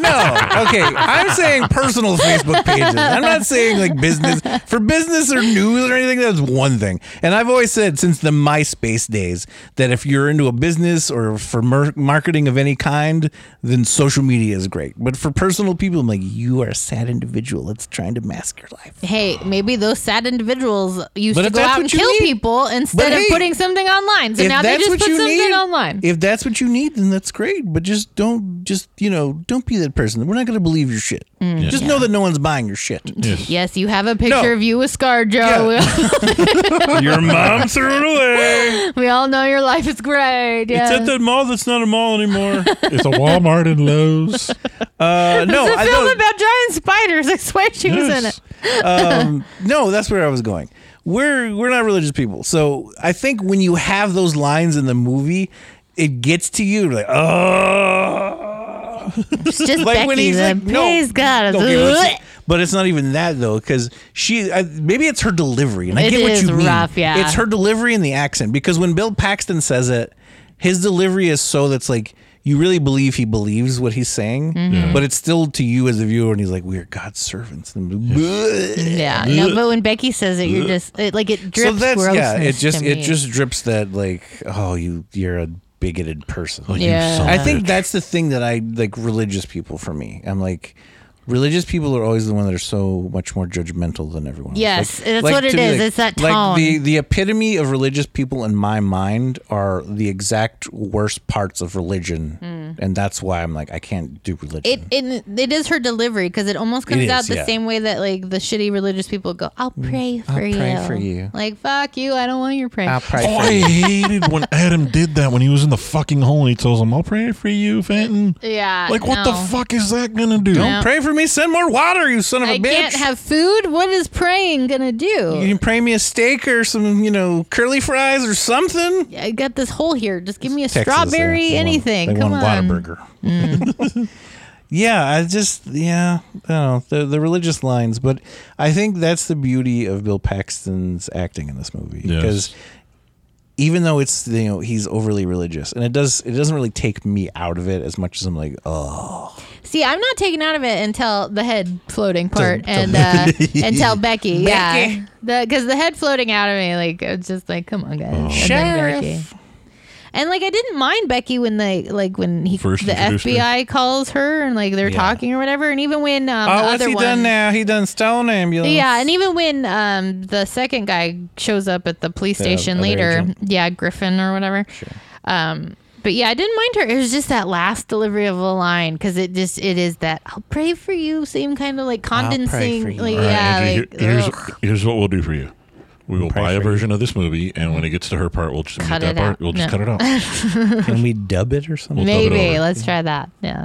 E: no. Okay, I'm saying personal Facebook pages. I'm not saying like business for business or news or anything. That's one thing. And I've always said since the MySpace days that if you're into a business or for mer- marketing of any kind, then social media is great. But for personal people, I'm like, you are a sad individual that's trying to mask your life.
C: Hey, maybe those sad individuals used
E: But
C: to
E: if
C: go
E: that's
C: out
E: what
C: and
E: you
C: kill
E: need-
C: people instead
E: But
C: of
E: hey,
C: putting something online. So now they just put something online.
E: If that's what you need, then that's great. But just don't, just you know, don't be that person. We're not going to believe your shit.
C: Mm.
E: just know that no one's buying your <laughs> shit.
B: Yes.
C: yes, you have a picture
E: No.
C: of you with ScarJo.
B: Your mom threw it away.
C: <laughs> we all know your life is great. Yes.
E: mall that's not a mall anymore.
B: <laughs> It's a Walmart and
C: <laughs>
B: Lowe's.
E: <laughs> Uh, no,
C: it's a
E: I
C: film
E: don't,
C: about giant spiders. <laughs> I swear she was in
B: Yes.
C: it.
E: um, no, that's where I was going. We're we're not religious people, so I think when you have those lines in the movie, it gets to you like, <laughs> oh.
C: It's just
E: like
C: Becky.
E: when he's
C: the
E: like, no.
C: praise God.
E: Okay, but, it's, but it's not even that though, because she I, maybe it's her delivery, and I
C: It
E: get what
C: is
E: you mean.
C: rough, yeah.
E: It's her delivery and the accent, because when Bill Paxton says it, his delivery is so that's like you really believe he believes what he's saying,
C: Mm-hmm.
E: but it's still to you as a viewer, and he's like, "We are God's servants." And
C: yeah, no, but when Becky says it, you're just it, like it
E: so
C: drips
E: that's
C: grossness.
E: yeah. It just
C: to
E: it
C: me.
E: just drips that like, oh, you you're a bigoted person.
B: Oh, you
C: Yeah.
B: son of
E: I
B: a
E: think
B: bitch.
E: that's the thing that I like religious people for me. I'm like religious people are always the one that are so much more judgmental than everyone. else.
C: Yes,
E: Like-
C: that's
E: like
C: what it
E: to me,
C: is.
E: like-
C: it's that
E: like
C: tone.
E: the the epitome of religious people in my mind are the exact worst parts of religion, and that's why I'm like I can't do religion.
C: Hmm. it, it it is her delivery because it almost comes
E: is,
C: out the
E: yeah. Mm.
C: same way that like the shitty religious people go, "I'll pray for
E: I'll
C: you."
E: pray for you.
C: Like fuck you, I don't want your prayer.
E: I'll Ah, pray
B: Oh,
E: for
B: I
E: you.
B: hated when Adam did that when he was in the fucking hole and he tells him, I'll pray for you, Fenton.
C: yeah,
B: Like, what the
C: no.
B: fuck is that going to do?
E: Don't pray for me. Send more water, you son of a
C: I
E: bitch.
C: can't have food. What is praying gonna
E: you
C: do?
E: can pray me a steak or some, you know, curly fries or something.
C: I got this hole here. Just give me a
E: Texas, they-
C: strawberry,
E: they want-
C: anything.
E: they
C: Come
E: want
C: on.
E: Whataburger. yeah, I just yeah, I don't know the the religious lines, but I think that's the beauty of Bill Paxton's acting in this movie
B: Yes.
E: because even though it's you know he's overly religious and it does it doesn't really take me out of it as much as I'm like oh
C: See, I'm not taken out of it until the head floating part and uh, until
E: <laughs>
C: Becky, yeah, because the, head floating out of me, like it's just like, come on, guys,
B: Oh.
C: And then
E: Sheriff.
C: Becky. And like I didn't mind Becky when they like when he
B: First
C: the
B: introduced her.
C: FBI calls her and like they're
E: Yeah.
C: talking or whatever, and even when um, the
E: oh what's
C: other
E: he
C: one,
E: done now he done stole an ambulance
C: yeah, and even when um, the second guy shows up at the police
E: The
C: station
E: other
C: later,
E: agent.
C: yeah, Griffin or whatever. Um, but yeah, I didn't mind her. It was just that last delivery of the line because it just it is that I'll pray for you, same kind of like
E: pray for
C: condensing,
E: you.
C: like
B: All right,
C: yeah,
B: Andrew,
C: like, oh,
B: here- here's,
C: ugh.
B: here's what we'll do for you. We will
E: Pray
B: buy a
E: for you.
B: version of this movie, and when it gets to her part, we'll just
C: Cut
B: mute that
C: it out.
B: part. We'll just
C: No.
B: cut it out.
C: <laughs>
E: can we dub it or something
B: We'll dub it
C: maybe
B: over.
C: let's try that. Yeah,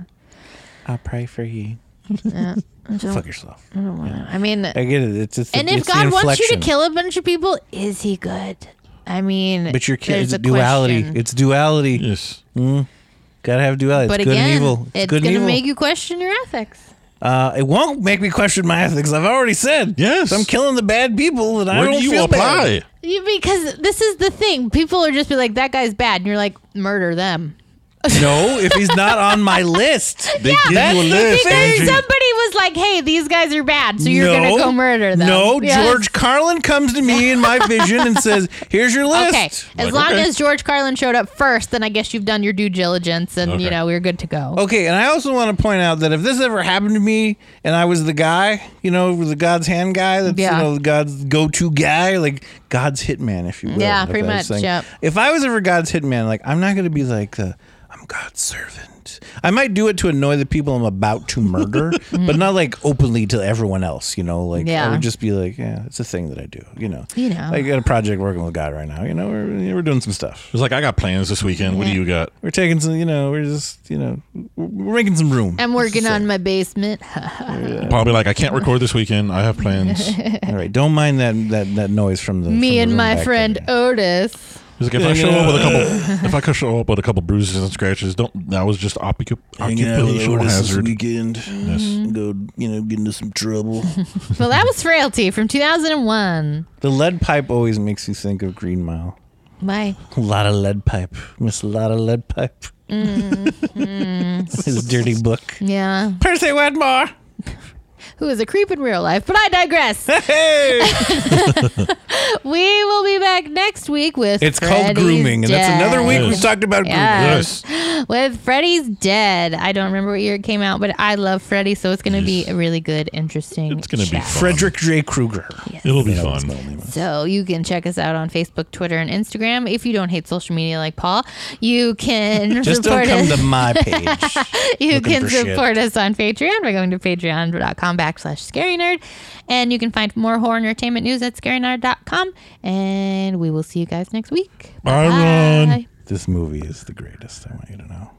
E: I'll pray for you
C: I don't-
E: fuck yourself
C: I don't wanna- I mean,
E: I get it it's, it's the-
C: and if
E: it's the
C: God wants you to
E: inflection.
C: kill a bunch of people, is He good? I mean,
E: but you're ki-
C: there's
E: it's
C: a
E: duality
C: question.
E: it's duality
B: yes.
E: gotta have duality
C: but
E: it's good
C: again,
E: and evil it's,
C: it's
E: good
C: gonna
E: and evil
C: make you question your ethics.
E: Uh, it won't make me question my ethics. I've already said.
B: Yes.
E: So I'm killing the bad people, and I
B: Where
E: don't
B: do you
E: feel
B: apply?
E: bad.
C: You, because this is the thing. People are just be like, that guy's bad. And you're like, murder them.
E: <laughs> No, if he's not
C: <laughs>
E: on my list,
B: They give
E: that's
B: you a
E: the
B: list.
E: thing.
C: Because
B: Andrew.
C: somebody was like, hey, these guys are bad. So you're going to go murder them.
E: No,
C: Yes.
E: George Carlin comes to me in my vision and says, "Here's your list."
C: <laughs> Okay. As
B: Like,
C: long
B: okay.
C: as George Carlin showed up first, then I guess you've done your due diligence and, you
B: Okay.
C: know, we're good to go.
E: Okay, and I also want to point out that if this ever happened to me and I was the guy, you know, the God's hand guy, that's
C: Yeah.
E: you know God's go-to guy, like God's hitman, if you will.
C: Yeah,
E: if
C: pretty
E: I was
C: much,
E: saying-
C: yep.
E: If I was ever God's hitman, like I'm not gonna be like the I'm God's servant. I might do it to annoy the people I'm about
C: <laughs>
E: to murder, but not like openly to everyone else. You know, like I
C: Yeah.
E: would just be like, yeah, it's a thing that I do. You know,
C: You know.
E: I got a project working with God right now. You know, we're we're doing some stuff.
B: It's like, I got plans this weekend. What do you got?
E: We're taking some, you know, we're just, you know, we're making some room.
C: I'm working on
B: <laughs>
C: my basement.
B: Probably like, I can't record this weekend. I have plans.
C: <laughs>
E: All right, don't mind that that, that noise from the. from
C: Me
E: the
C: and
E: room
C: my
E: back
C: friend
E: there.
C: Otis.
B: He's like, if I show up with a couple, if I could show up with a couple bruises and scratches, don't. That was just occup- occupational hazard.
E: weekend.
C: Mm-hmm.
E: Go, you know, get into some
C: <laughs>
E: trouble.
C: well, that was Frailty from 2001.
E: the lead pipe always makes you think of Green Mile.
C: Bye.
E: A lot of lead pipe. Miss a lot of lead pipe.
C: Mm-hmm.
E: <laughs> His dirty book.
C: Yeah.
E: Percy Wedmore.
C: Who is a creep in real life, but I
E: <laughs>
C: digress.
E: Hey!
C: we will be back next week with
E: It's called
C: Freddy's
E: grooming, and that's another week
C: Dead.
E: we've talked about
C: Yeah.
B: Yes.
C: with Freddy's Dead. I don't remember what year it came out, but I love Freddy, so it's going to be a really good, interesting.
B: It's gonna be
C: chat.
B: fun.
E: grooming. Frederick J. Krueger.
B: It'll be
E: That was
B: fun.
E: my name.
C: So you can check us out on Facebook, Twitter, and Instagram. If you don't hate social media like Paul, you can
E: <laughs> Just don't
C: support
E: come
C: us. <laughs>
E: to my page.
C: you
E: looking
C: can
E: for shit.
C: support us on Patreon by going to patreon.com backslash scary nerd. And you can find more horror entertainment news at scarynerd.com. And we will see you guys next week.
B: Bye, Ron.
E: this movie is the greatest. I want you to know.